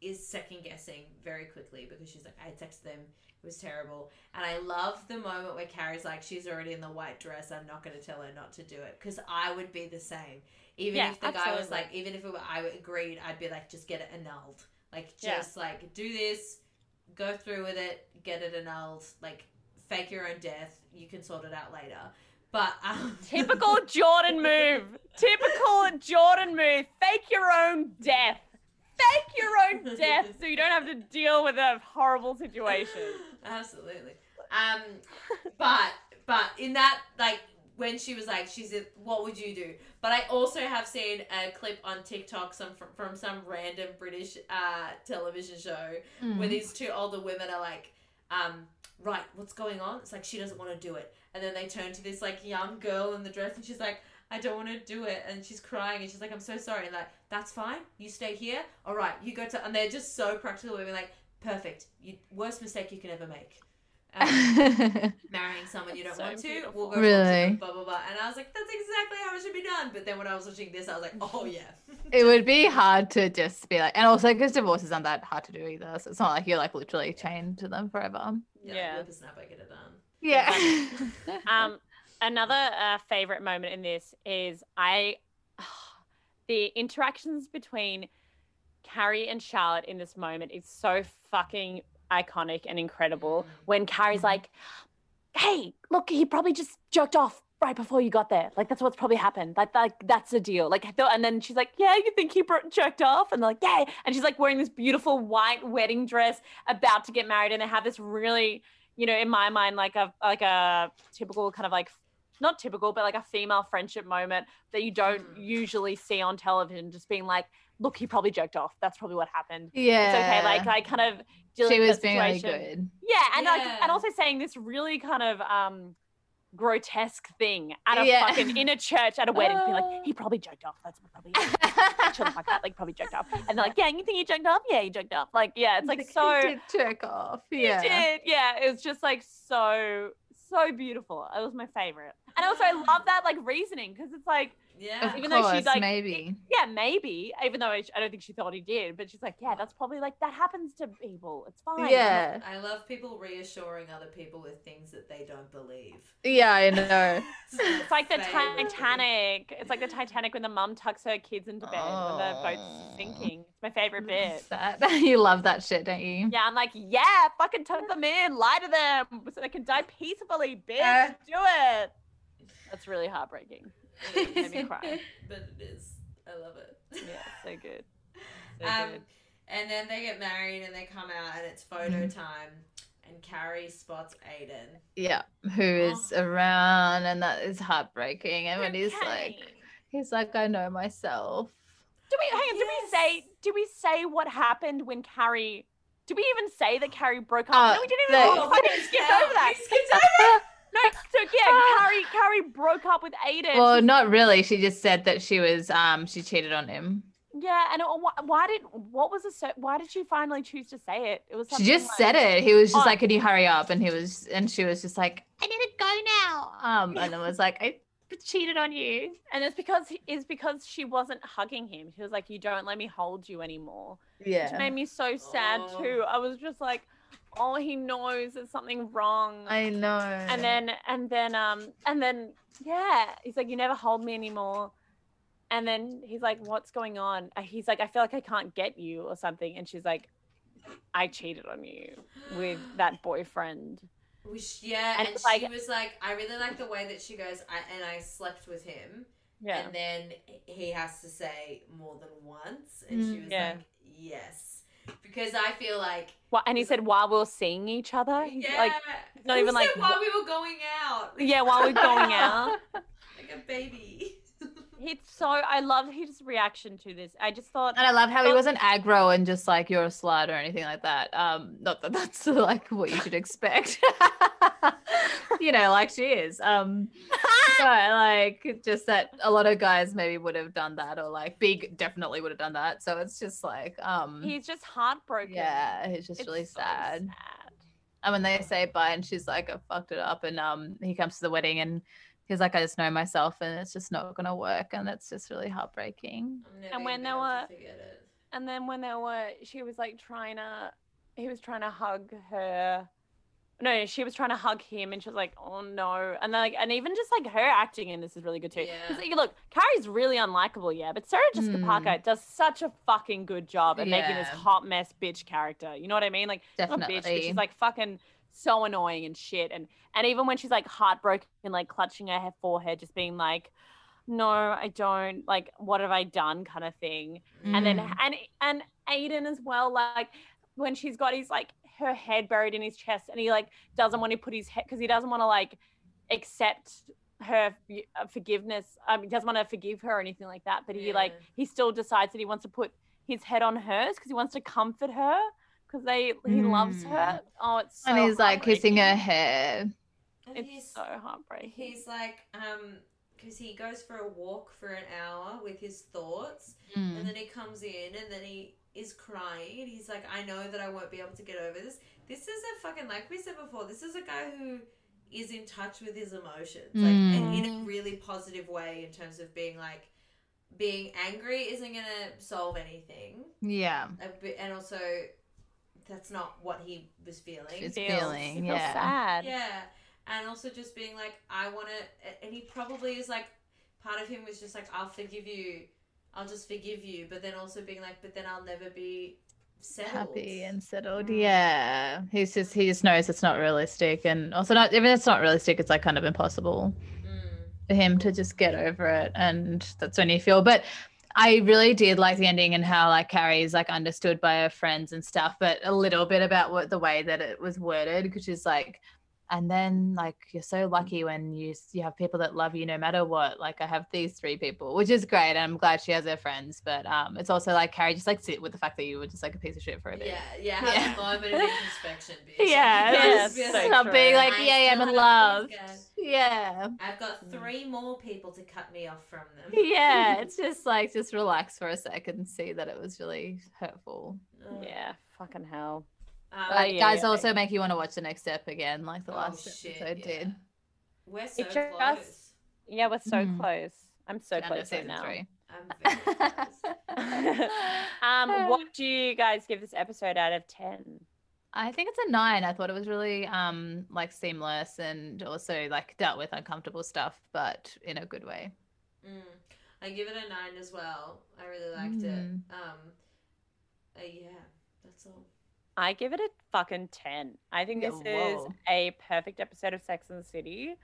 B: is second guessing very quickly because she's like, I texted them, it was terrible. And I love the moment where Carrie's like, she's already in the white dress, I'm not going to tell her not to do it because I would be the same. Even
A: Yeah,
B: if the guy was
A: absolutely.
B: like, even if it were, I agreed, I'd be like, just get it annulled. Like,
A: Yeah.
B: just like, do this, go through with it, get it annulled, like, fake your own death. You can sort it out later. But um,
A: [LAUGHS]
B: [LAUGHS]
A: Typical Jordan move. Typical Jordan move. Fake your own death. Fake your own death so you don't have to deal with a horrible situation.
B: Absolutely. Um, but but in that like when she was like she's in, what would you do? But I also have seen a clip on TikTok some from, from some random British uh, television show where
A: Mm-hmm.
B: these two older women are like, um, right, what's going on? It's like she doesn't want to do it, and then they turn to this like young girl in the dress, and she's like, I don't want to do it, and she's crying, and she's like, I'm so sorry, and like that's fine, you stay here, all right, you go to, and they're just so practical women, like perfect, you, worst mistake you can ever make.
A: [LAUGHS]
B: Um, marrying someone you don't
A: So
B: want to,
A: beautiful.
B: we'll go
C: Really?
B: really? blah blah blah. And I was like, that's exactly how it should be done. But then when I was watching this, I was like, oh yeah.
C: [LAUGHS]
B: [LAUGHS]
C: it would be hard to just be like, and also because divorces aren't that hard to do either. So it's not like you're like literally chained to them forever.
A: [LAUGHS] Yeah.
B: snap, I get it done.
C: Yeah.
A: [LAUGHS] um, another uh, favorite moment in this is I [SIGHS] the interactions between Carrie and Charlotte in this moment is so fucking iconic and incredible. When Carrie's
C: Mhm.
A: like, "Hey, look, he probably just jerked off." Right before you got there, like that's what's probably happened. Like, like that's the deal. Like, I thought- and then she's like, "Yeah, you think he bro- jerked off?" And they're like, "Yeah," and she's like wearing this beautiful white wedding dress, about to get married, and they have this really you know, in my mind, like a like a typical kind of like not typical, but like a female friendship moment that you don't
C: Mm.
B: Mhm.
A: usually see on television. Just being like, look, he probably jerked off. That's probably what happened.
C: [LAUGHS] yeah.
A: It's okay. Like I kind of dealing
C: she
A: with
C: was
A: the
C: being really
A: situation.
C: good.
A: Yeah, and like
B: Yeah.
A: and also saying this really kind of um grotesque thing at a
C: Yeah.
A: fucking in a church at a wedding, being
C: Uh.
A: like,
C: [LAUGHS]
A: he probably jerked off. That's what probably. [LAUGHS] happened." Like, Shut the fuck up. Like probably jerked off. And they're like, yeah, you think you jerked off? Yeah, you jerked off. Like yeah,
C: [LAUGHS]
A: it's like so.
C: Did jerk off.
A: Yeah.
C: Yeah.
A: did. Yeah. It was just like so, so beautiful. It was my favorite. And also, I love that like reasoning because it's like,
B: Yeah.
C: Of
A: Even though
C: course,
A: she's like-
C: maybe.
A: yeah, maybe, even though I I don't think she thought he did, but she's like, yeah, that's probably like that happens to people. It's fine.
C: Yeah.
B: I love people reassuring other people with things that they don't believe.
C: Yeah, I
A: [LAUGHS]
B: [LAUGHS]
C: know.
A: It's like the
B: Favourite.
A: Titanic. It's like the Titanic when the mum tucks her kids into bed when the
C: Oh.
A: boat's sinking. It's my
C: Mm.
A: favorite bit.
C: that. [LAUGHS] You love that shit, don't you?
A: Yeah, I'm like, yeah, fucking tuck them in, lie to them so they can die peacefully, bitch.
C: Yeah.
A: Do it. That's really heartbreaking.
B: It
A: Made me
B: is,
A: cry.
B: [LAUGHS] but it is. I love it. [LAUGHS]
A: Yeah, so good. So
B: Um,
A: good.
B: and then they get married and they come out and it's photo
C: Mm-hmm.
B: time and Carrie spots Aiden.
C: Yeah. Who
A: Oh.
C: is around and that is heartbreaking. And when he's like
A: Okay.
C: he's like, I know myself.
A: Do we hang on? Do we say? Do we say what happened when Carrie? Do we even say that Carrie broke up?
C: Uh,
A: no, we Oh, didn't
C: no.
A: even. we fucking skipped over that.
B: We skipped over it.
A: [LAUGHS] No, Ah. so yeah, Carrie. Carrie broke up with Aiden.
C: Well, not really. She just said that she was um she cheated on him.
A: yeah, and why, why did? What was the? so- Why did she finally choose to say it? It was.
C: She
A: Something
C: just
A: like,
C: said it. He was just
A: Oh.
C: like, "Could you hurry up?" And he was, and she was just like, "I need to go now." Um, and it was like, "I cheated on you."
A: and it's because he- it's because she wasn't hugging him. She was like, "You don't let me hold you anymore," which made me so sad
B: Oh.
A: too. I was just like, "Oh, he knows there's something wrong."
C: I know.
A: and then and then um and then yeah he's like you never hold me anymore And then he's like, "What's going on?" Uh, He's like, "I feel like I can't get you or something." And she's like, "I cheated on you [LAUGHS] with
C: [GASPS]
A: that boyfriend."
B: We sh- yeah,
A: And
B: and,
A: it's
B: she
A: like-
B: was like, I really like the way that she goes, I, and I slept with him.
A: Yeah.
B: And then he has to say more than once. And she
C: Mm.
B: was
A: Yeah.
B: like, yes. Because I feel like.
A: Well, and he said while we were seeing each other, he's
B: yeah.
A: like, not
B: Who
A: even
B: said
A: like-
B: While we were going out.
A: "Yeah, while we we're
C: [LAUGHS]
A: going out."
B: Like a baby.
A: It's so I love his reaction to this. I just thought
C: And I love how he wasn't aggro and just like you're a slut or anything like that. Um, not that [LAUGHS] that's like what you should expect. [LAUGHS] you know, like she is. Um, but like just that a lot of guys maybe would have done that or like Big definitely would have done that. So it's just like um,
A: he's just heartbroken.
C: yeah, it's just
A: It's
C: really
A: so
C: sad. And when they say bye, and she's like, I fucked it up. And um, he comes to the wedding and he's like, I just know myself and it's just not going to work. And that's just really heartbreaking.
B: I'm never
A: And when
B: gonna
A: there
B: be able to forget it.
A: And then when they were, she was like trying to, he was trying to hug her. No, she was trying to hug him, and she was like, "Oh no!" And then, like, and even just like her acting in this is really good too.
B: Yeah.
A: 'Cause, like, look, Carrie's really unlikable, yeah, but Sarah Jessica
C: Mm.
A: Parker does such a fucking good job at making this
C: Yeah.
A: hot mess bitch character. You know what I mean? Like, not
C: Definitely.
A: Oh, bitch, but she's like fucking so annoying and shit. And and even when she's like heartbroken, like clutching her forehead, just being like, "No, I don't. Like, what have I done?" kind of thing. And then and and Aiden as well, like when she's got his like her head buried in his chest, and he like doesn't want to put his head because he doesn't want to like accept her f- uh, forgiveness. Um, he doesn't want to forgive her or anything like that. But he like
B: Yeah.
A: he still decides that he wants to put his head on hers because he wants to comfort her because they he loves her. Oh, it's so
C: and he's like kissing her
A: heartbreaking.
C: hair.
B: And
A: It's
B: he's-
A: so heartbreaking.
B: He's like, um, because he goes for a walk for an hour with his thoughts,
C: Mm-hmm.
B: and then he comes in, and then he is crying, and he's like, I know that I won't be able to get over this. This is a fucking like we said before. This is a guy who is in touch with his emotions, like and in a really positive way in terms of being like. Being angry isn't gonna solve anything,
C: Yeah.
B: A bit- and also that's not what he was feeling.
C: She's
A: He feels-
C: feeling,
A: he feels
C: yeah.
A: sad.
B: Yeah, and also just being like, I want to, and he probably is like, part of him was just like, I'll forgive you, I'll just forgive you, but then also being like, but then I'll never be settled.
C: Happy and settled.
A: Mm.
C: Yeah. He's just, he just knows it's not realistic. And also, not even if it's not realistic, it's like kind of impossible.
B: Mm.
C: for him to just get over it and that's when you feel but i really did like the ending and how like carrie is like understood by her friends and stuff but a little bit about what the way that it was worded which is like and then like you're so lucky when you you have people that love you no matter what like i have these three people which is great and i'm glad she has her friends but um it's also like carrie just like sit with the fact that you were just like a piece of shit for a bit
B: Yeah, yeah, have
C: Yeah.
B: a moment of introspection, bitch.
C: [LAUGHS]
A: Yeah,
C: yeah, yeah
A: it's so
C: stop
A: true.
C: being like E
B: I
C: yeah, yeah i'm
B: still
C: in
B: have
C: love
B: these guys.
C: yeah
B: I've got three more people to cut me off from
C: [LAUGHS]
B: them.
A: [LAUGHS]
C: yeah, it's just like just relax for a second and see that it was really hurtful.
B: Ugh.
A: Yeah, fucking hell.
B: Um,
C: But
A: Oh, yeah,
C: guys
A: yeah.
C: also make you want to watch the next step again, like the
B: oh,
C: last
B: shit,
C: episode
B: yeah.
C: did.
B: We're so
A: just-
B: close.
A: Yeah, we're so
C: Mm.
A: close. I'm so
C: End of
A: close right
C: season
A: now. [LAUGHS]
C: three.
B: I'm
C: [LAUGHS]
B: very close.
A: Um, [LAUGHS] what do you guys give this episode out of ten?
C: I think it's a nine. I thought it was really um like seamless and also like dealt with uncomfortable stuff, but in a good way.
B: Mm. I give it a nine as well. I really liked it.
C: Mm.
B: Um, uh, yeah, that's all.
A: I give it a fucking ten. I think
C: Yeah,
A: this is
C: whoa.
A: a perfect episode of Sex and the City.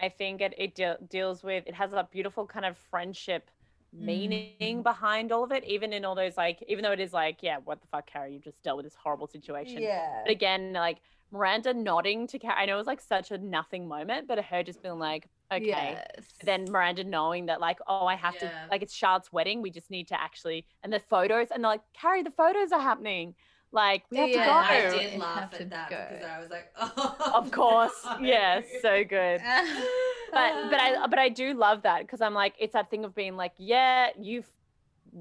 A: I think it it de- deals with it has a beautiful kind of friendship meaning behind all of it, even in all those like even though it is like yeah, what the fuck, Carrie, you just dealt with this horrible situation.
C: Yeah.
A: But again, like Miranda nodding to Carrie, I know it was like such a nothing moment, but her just being like, okay. But then
C: [LAUGHS]
A: Miranda knowing that like, oh, I have
B: Yeah.
A: to like it's Charlotte's wedding. We just need to actually and the photos and they're like, Carrie, the photos are happening. Like we have
C: Yeah,
B: I
A: to go.
B: did
C: You
B: laugh
C: have to
B: at that
C: go.
B: because I was like, [LAUGHS] oh,
A: Of
B: [LAUGHS]
A: course.
B: no.
A: Yeah, so good. But but
B: Ah.
A: I but I do love that because I'm like, it's that thing of being like, yeah, you've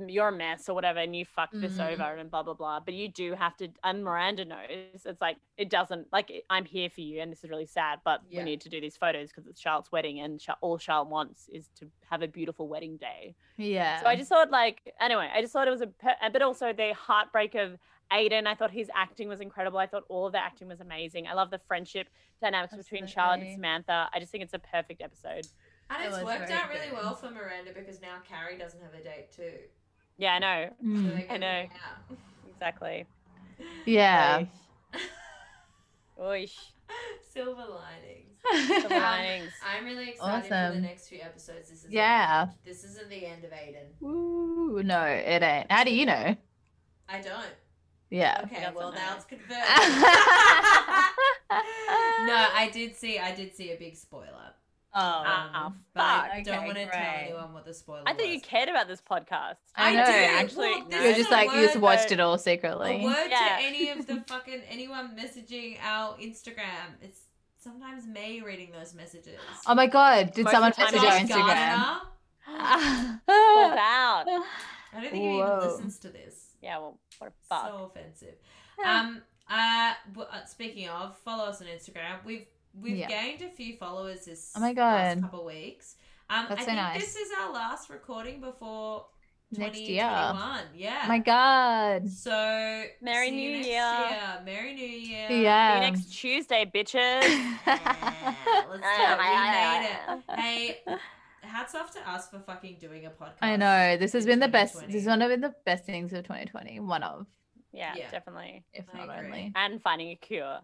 A: you're a mess or whatever and you fucked this
B: Mm-hmm.
C: Mhm.
A: over and blah blah blah. But you do have to and Miranda knows it's like it doesn't like I'm here for you and this is really sad, but
B: Yeah.
A: we need to do these photos because it's Charlotte's wedding and Char- all Charlotte wants is to have a beautiful wedding day.
C: yeah.
B: Um,
A: So I just thought, like, anyway, I just thought it was a, per- but also the heartbreak of Aiden. I thought his acting was incredible. I thought all of the acting was amazing. I love the friendship dynamics between Charlotte and
C: Absolutely.
A: Samantha. I just think it's a perfect episode.
B: And
C: It
B: it's
C: was
B: worked
C: very
B: out really
C: good.
B: well for Miranda because now Carrie doesn't have a date too.
A: Yeah, I know.
B: So
C: Mm.
B: they can
A: know.
B: hang out.
A: Exactly.
C: Yeah.
A: Oish.
B: [LAUGHS] Silver linings. [LAUGHS]
A: Oish. The linings.
B: I'm really excited for the
C: Awesome.
B: next few episodes. This is
C: Yeah.
B: This isn't the end of Aiden.
C: [LAUGHS] Ooh, no, it ain't. How do you know?
B: I don't.
C: Yeah.
B: Okay,
A: doesn't
B: well
A: know. [LAUGHS]
B: now it's confirmed.
C: no.
B: no, I did see. I did see a big spoiler.
C: Oh,
A: Ah, ah,
B: but I
A: fuck.
B: don't
C: Okay,
B: want to tell
C: great.
B: anyone what the spoiler.
A: I thought you
B: was.
A: cared about this podcast.
C: I
B: I
C: know,
B: do
A: actually,
B: Well, this
A: no.
C: You're
B: is
C: just
B: a
C: like you just
B: word
C: watched it all
B: A
C: secretly.
B: word
A: Yeah.
B: to
A: [LAUGHS]
B: any of the fucking anyone messaging our Instagram. It's sometimes May reading those messages.
C: Oh my god, did
A: Most
C: someone
A: of the
B: Josh
A: time
C: message our
A: it's
C: Instagram?
B: Gardner.
A: Pulled
C: Ah.
A: out.
B: I don't think anyone
C: Whoa.
B: listens to this.
A: Yeah, well, what a fuck.
B: So offensive. Um. Uh. w- uh, Speaking of, follow us on Instagram. We've we've
C: Yeah.
B: gained a few followers this
C: Oh my
B: last
C: God.
B: couple of weeks. Um,
C: That's
B: I
C: so
B: think
C: nice.
B: this is our last recording before
C: Next
B: twenty twenty
C: year.
B: one. Yeah.
C: Oh [LAUGHS] my god.
B: So
A: Merry
B: see you
A: New
B: next
A: Year.
B: Merry New Year.
A: See you
C: Yeah.
A: next Tuesday,
B: [LAUGHS]
A: bitches.
B: Yeah, [LAUGHS] let's
A: [LAUGHS]
B: do it. We made it. Hey, hats off to us for fucking doing a podcast.
C: [LAUGHS] I know this has
B: in
C: been the best.
B: 2020.
C: This is one of the best things of 2020. One of,
A: Yeah,
B: Yeah.
A: definitely.
C: if
B: I
C: not
B: agree.
C: only.
A: And finding a cure.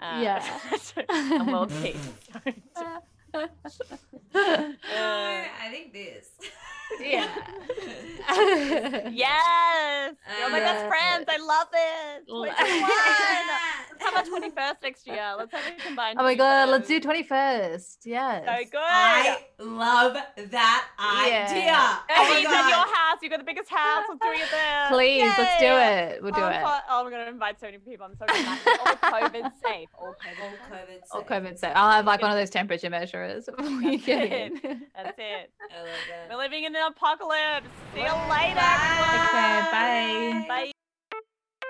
A: Uh, [LAUGHS]
C: Yeah.
A: and
C: [LAUGHS]
A: world peace. [LAUGHS] Uh,
B: No, I think this. [LAUGHS]
C: Yeah.
A: yes. oh my
C: Uh,
A: gosh, friends, I love it.
C: L-
A: 2021. [LAUGHS] Let's have our 21st next year. Let's have a combined.
C: Oh my god, let's do
A: 21st.
C: 21st. Yes.
A: So good.
B: I love that
C: Yeah.
B: idea.
A: And
B: Oh my
A: he's in
B: God.
A: your house. You got the biggest house. Let's do [LAUGHS] it there.
C: Please, let's do
A: Yay.
C: it. We'll do
A: oh, I'm
C: it.
A: so- oh, I'm gonna invite so many people. I'm so excited. All COVID safe. All
B: All
A: COVID. safe.
B: COVID.
C: All
B: safe.
C: COVID safe. I'll have like one of those temperature measures [LAUGHS] before you
A: That's
C: get
A: it.
C: in. Okay,
A: That's it.
B: I love that.
A: We're living in an apocalypse. See you later,
B: Bye.
A: everyone.
C: bye.
A: Bye.